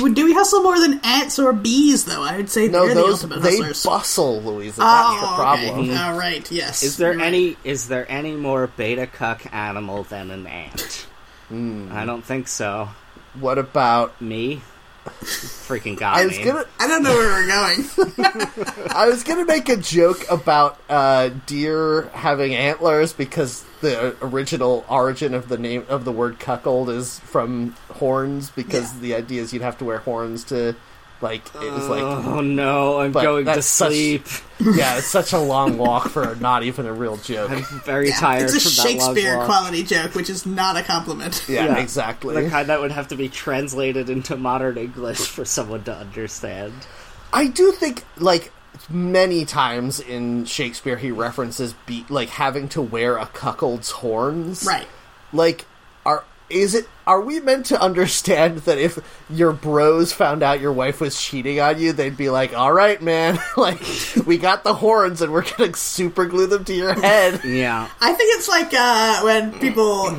C: Well, Do we hustle more than ants or bees, though? I would say
A: No,
C: they're
A: those
C: the ultimate
A: they
C: hustlers.
A: bustle, Louisa.
C: oh,
A: that's the problem.
C: Okay. All right. Yes.
B: Is there
C: You're right.
B: any is there any more beta cuck animal than an ant?
A: Mm.
B: I don't think so.
A: What about
B: Me? Freaking got
A: I was
B: me.
A: gonna
C: I don't know where we're going.
A: I was gonna make a joke about uh, deer having antlers because the original origin of the name of the word cuckold is from horns because
C: Yeah.
A: the idea is you'd have to wear horns to like it was like
B: Oh no, I'm
A: But
B: going to
A: that's such-
B: sleep.
A: yeah it's such a long walk for not even a real joke
B: I'm very tired
C: it's a
B: from that long
C: Shakespeare
B: walk.
C: quality joke, which is not a compliment.
A: yeah,
B: yeah.
A: exactly
B: The kind that would have to be translated into modern English for someone to understand.
A: I do think like many times in Shakespeare he references be- like having to wear a cuckold's horns
C: Right.
A: like are is it are we meant to understand that if your bros found out your wife was cheating on you they'd be like all right man like we got the horns and we're gonna super glue them to your head
B: Yeah.
C: I think it's like uh, when people.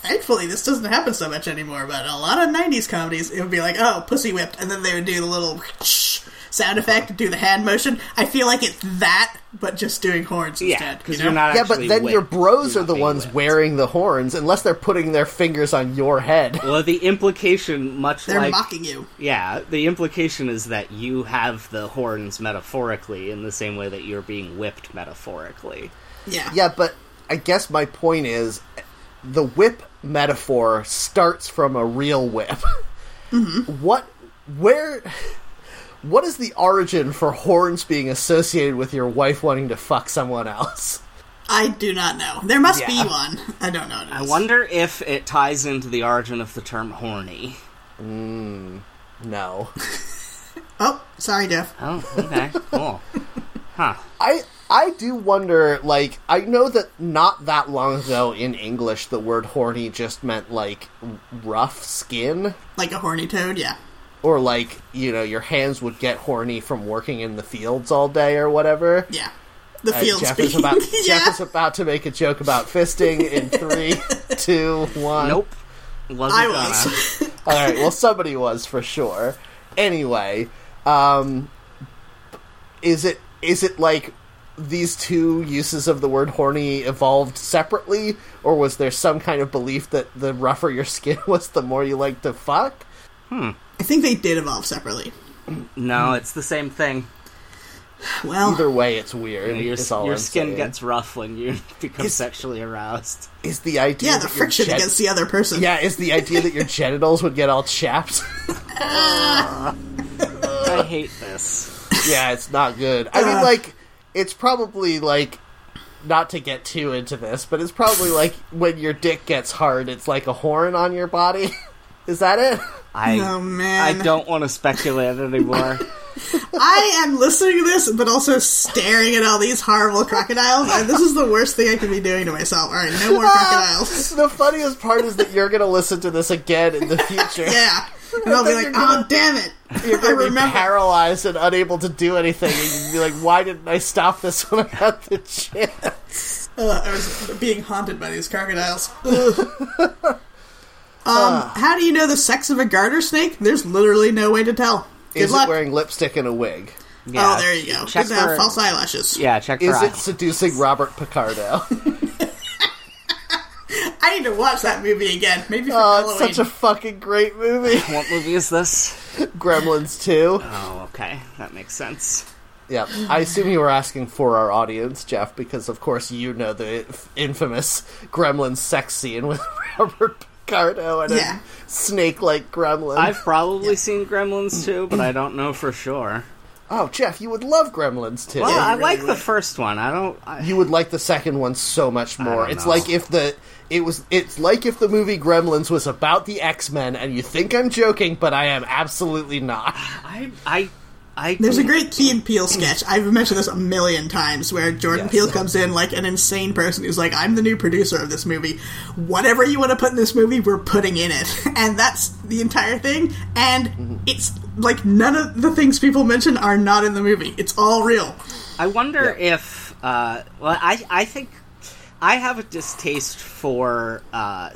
C: Thankfully, this doesn't happen so much anymore. But a lot of '90s comedies, it would be like, "Oh, pussy whipped," and then they would do the little sound effect, do the hand motion. I feel like it's that, but just doing horns
B: Yeah,
C: instead.
B: because
C: you
B: you are
C: know?
B: not
A: yeah but
B: actually
A: then your
B: whipped.
A: bros
B: You're
A: are the
B: not being
A: ones
B: whipped.
A: wearing the horns unless they're putting their fingers on your head
B: Well, the implication, much
C: They're
B: like
C: mocking you.
B: Yeah, the implication is that you have the horns metaphorically in the same way that you're being whipped metaphorically.
C: Yeah.
A: yeah but i guess my point is the whip metaphor starts from a real whip what where what is the origin for horns being associated with your wife wanting to fuck someone else
C: I do not know. There must
A: Yeah.
C: be one. I don't know. What it
B: I
C: is.
B: wonder if it ties into the origin of the term horny.
A: no
C: Oh, sorry, Jeff.
B: Oh, okay, cool. Huh.
A: i i do wonder like i know that not that long ago in english the word horny just meant like rough skin
C: Like a horny toad. Yeah.
A: or like you know your hands would get horny from working in the fields all day or whatever
C: Yeah. The
A: Uh,
C: field
A: Jeff,
C: speak.
A: is about,
C: yeah.
A: Jeff is about to make a joke about fisting in three, two, one.
B: Nope. Wasn't
C: I
B: gonna.
C: was.
A: All right. Well, somebody was for sure. Anyway, um, is it is it like these two uses of the word horny evolved separately or was there some kind of belief that the rougher your skin was the more you like to fuck
C: I think they did evolve separately.
B: No, it's the same thing.
C: Well,
A: either way it's weird
B: Your,
A: is all
B: your
A: I'm
B: skin
A: saying.
B: gets rough when you become
A: It's-
B: sexually aroused.
A: is the idea
C: yeah,
A: that
C: the
A: your
C: friction
A: gen-
C: against the other person.
A: yeah is the idea that your genitals would get all chapped
B: I hate this.
A: yeah, it's not good. I mean,
C: Ugh.
A: like, it's probably like not to get too into this, but it's probably like when your dick gets hard, it's like a horn on your body. Is that it?
B: I
C: Oh
A: Um,
B: I
C: man,
B: don't want to speculate
C: Oh,
B: anymore.
C: I am listening to this, but also staring at all these horrible crocodiles. And this is the worst thing I could be doing to myself. All right, no more crocodiles.
A: the funniest part is that you're gonna listen to this again in the future.
C: Yeah, and I'll be like, oh damn it,
A: You're
C: I
A: gonna be
C: remember.
A: paralyzed and unable to do anything, and you'd be like, "Why didn't I stop this when I had the chance?"
C: Ugh, I was being haunted by these crocodiles. Ugh. um, how do you know the sex of a garter snake? There's literally no way to tell. Good
A: Is
C: luck.
A: it wearing lipstick and a wig?
B: Yeah,
C: oh, there you go.
B: Check
C: Does it have
B: for-
C: false eyelashes?
B: Yeah, check for
A: Is it
B: eyes.
A: seducing Robert Picardo?
C: I need to watch that movie again. Maybe for
A: oh, it's
C: Halloween.
A: such a fucking great movie.
B: What movie is this?
A: Gremlins 2.
B: Oh, okay, that makes sense.
A: Yeah, I assume you were asking for our audience, Jeff, because of course you know the f- infamous gremlin sex scene with Robert Picardo and
C: Yeah.
A: a snake-like gremlin.
B: I've probably seen Gremlins too, but I don't know for sure.
A: Oh, Jeff, you would love Gremlins too.
B: Well,
C: Yeah,
B: I
C: you
B: like
C: really
B: the
C: would.
B: first one. I don't. I,
A: You would like the second one so much more.
B: don't
A: It's
B: know.
A: like if the it was it's like if the movie Gremlins was about the X-Men and you think I'm joking, but I am absolutely not.
B: I. I. I
C: There's a great Key and Peele sketch. I've mentioned this a million times where Jordan
A: Yes.
C: Peele comes in like an insane person who's like, I'm the new producer of this movie. Whatever you want to put in this movie, we're putting in it. And that's the entire thing. And it's like none of the things people mention are not in the movie. It's all real.
B: I wonder if. Uh, well, I. I think. I have a distaste for uh,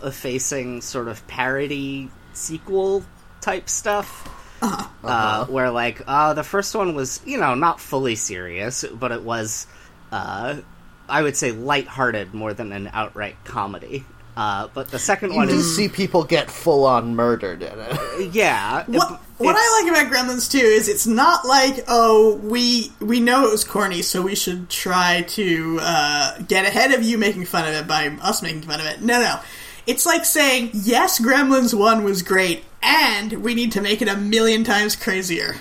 B: self-effacing sort of parody sequel type stuff.
C: Uh-huh.
B: uh, where like uh, the first one was you know not fully serious, but it was uh, I would say lighthearted more than an outright comedy. Uh, but the second
A: You
B: one
A: do
B: is
A: see people get full on murdered in it.
B: yeah.
C: What, what I like about Gremlins 2 is it's not like, oh, we we know it was corny, so we should try to uh, get ahead of you making fun of it by us making fun of it. No, no. It's like saying, yes, Gremlins 1 was great, and we need to make it a million times crazier.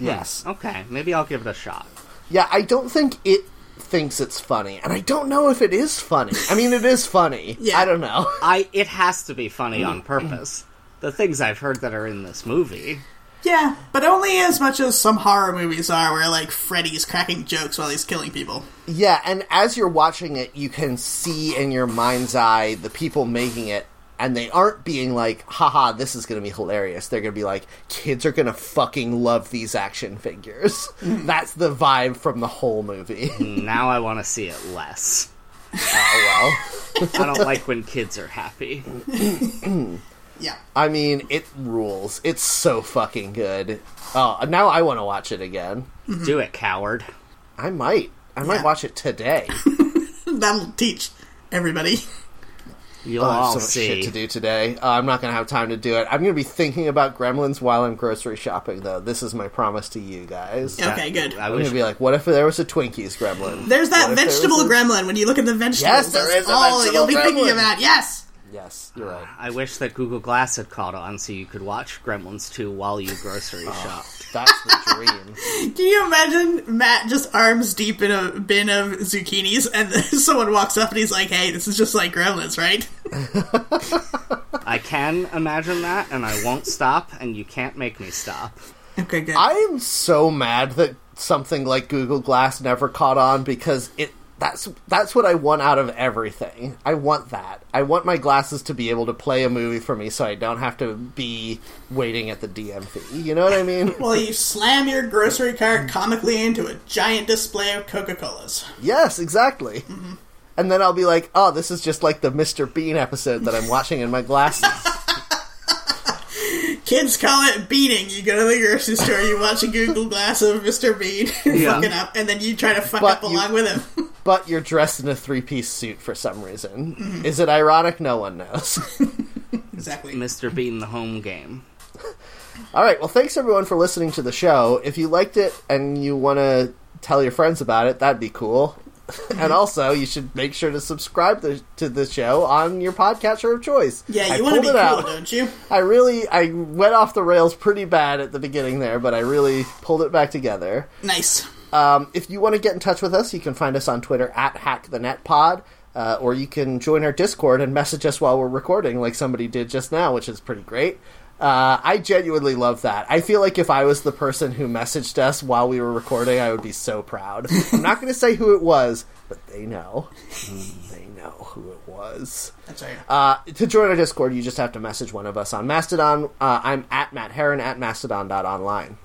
A: Yes.
B: Okay, maybe I'll give it a shot.
A: Yeah, I don't think it thinks it's funny, and I don't know if it is funny. I mean, it is funny.
C: Yeah.
A: I don't know.
B: I it has to be funny
A: Mm.
B: on purpose. The things I've heard that are in this movie.
C: Yeah, but only as much as some horror movies are, where, like, Freddy's cracking jokes while he's killing people.
A: Yeah, and as you're watching it, you can see in your mind's eye the people making it, and they aren't being like, haha, this is going to be hilarious. They're going to be like, kids are going to fucking love these action figures.
C: Mm-hmm.
A: That's the vibe from the whole movie.
C: Mm.
B: Now I want to see it less.
A: oh, well.
B: I don't like when kids are happy.
C: Yeah.
A: I mean, it rules. It's so fucking good. Oh, now I want to watch it again.
B: Do it, coward.
A: I might. I might
C: Mm. Yeah.
A: watch it today.
C: That'll teach everybody.
B: You'll
A: Oh, I have
B: all
A: so much
B: see.
A: shit to do today. Uh, I'm not going to have time to do it. I'm going to be thinking about Gremlins while I'm grocery shopping, though. This is my promise to you guys.
C: Yeah. Okay, good.
B: I
A: I'm going
B: wish
A: to be like, what if there was a Twinkies Gremlin?
C: There's that
A: What if there
C: vegetable
A: was a-
C: gremlin. When you look at the vegetables,
A: Yes, there
C: that's
A: is a
C: all that you'll be
A: vegetable
C: thinking
A: gremlin.
C: about. Yes.
A: Yes, you're right.
B: I wish that Google Glass had caught on so you could watch Gremlins 2 while you grocery
A: Oh.
B: shopped.
A: That's the dream.
C: Can you imagine Matt just arms deep in a bin of zucchinis, and someone walks up and he's like, "Hey, this is just like gremlins, right?"
B: I can imagine that, and I won't stop, and you can't make me stop.
C: okay, good.
A: I am so mad that something like Google Glass never caught on because it that's that's what I want out of everything. I want that. I want my glasses to be able to play a movie for me so I don't have to be waiting at the DMV. You know what I mean?
C: well, you slam your grocery cart comically into a giant display of Coca Colas.
A: Yes, exactly.
C: Mm-hmm.
A: And then I'll be like, oh, this is just like the Mr. Bean episode that I'm watching in my glasses.
C: Kids call it beating. You go to the grocery store, you watch a Google glass of Mr. Bean
B: Yeah.
C: fucking up, and then you try to fuck
A: But
C: up
A: you-
C: along with him.
A: But you're dressed in a three piece suit for some reason.
C: Mm-hmm.
A: Is it ironic? No one knows.
C: exactly.
B: Mr. Bean the home game.
A: All right. Well, thanks everyone for listening to the show. If you liked it and you want to tell your friends about it, that'd be cool. and also, you should make sure to subscribe the, to the show on your podcatcher of choice.
C: Yeah,
A: I
C: you want to
A: pulled
C: be
A: it
C: cool,
A: out.
C: don't you?
A: I really, I went off the rails pretty bad at the beginning there, but I really pulled it back together.
C: Nice.
A: Um, if you want to get in touch with us, you can find us on Twitter at HackTheNetPod, uh, or you can join our Discord and message us while we're recording, like somebody did just now, which is pretty great. Uh, I genuinely love that. I feel like if I was the person who messaged us while we were recording, I would be so proud. I'm not going to say who it was, but they know. Mm, they know who it was.
C: That's right.
A: Uh, to join our Discord, you just have to message one of us on Mastodon. Uh, I'm at Matt Heron at mastodon.online.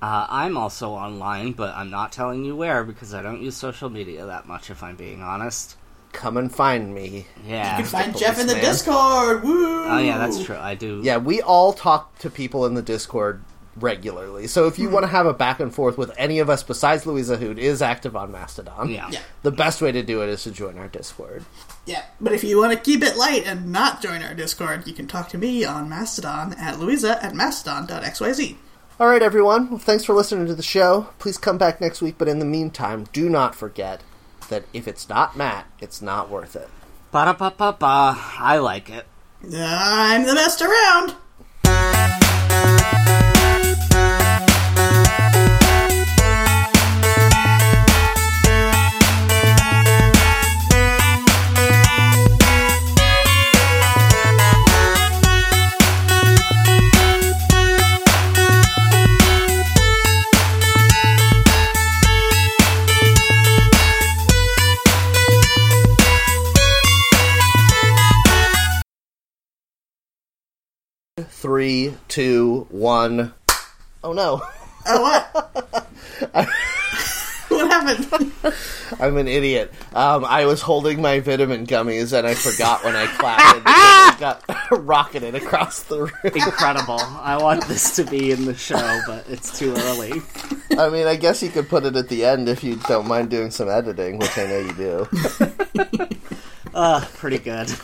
B: Uh, I'm also online, but I'm not telling you where because I don't use social media that much, if I'm being honest.
A: Come and find me.
B: Yeah.
C: you can find Jeff in the
A: policeman.
C: Discord. Woo!
B: Oh, yeah, that's true. I do.
A: Yeah, we all talk to people in the Discord regularly. So if you want to have a back and forth with any of us besides Louisa, who is active on Mastodon,
B: Yeah.
C: Yeah.
A: the best way to do it is to join our Discord.
C: Yeah, but if you want to keep it light and not join our Discord, you can talk to me on Mastodon at Louisa at mastodon.xyz.
A: All right, everyone. Well, thanks for listening to the show. Please come back next week. But in the meantime, do not forget that if it's not Matt, it's not worth it.
B: Ba da ba ba ba. I like it.
C: I'm the best around!
A: Three, two, one. Oh no,
C: Oh, what? what happened?
A: I'm an idiot. Um, I was holding my vitamin gummies and I forgot when I clapped. and it got rocketed across the room.
B: Incredible. I want this to be in the show, but it's too early.
A: I mean, I guess you could put it at the end if you don't mind doing some editing, which I know you do.
B: Uh, pretty good.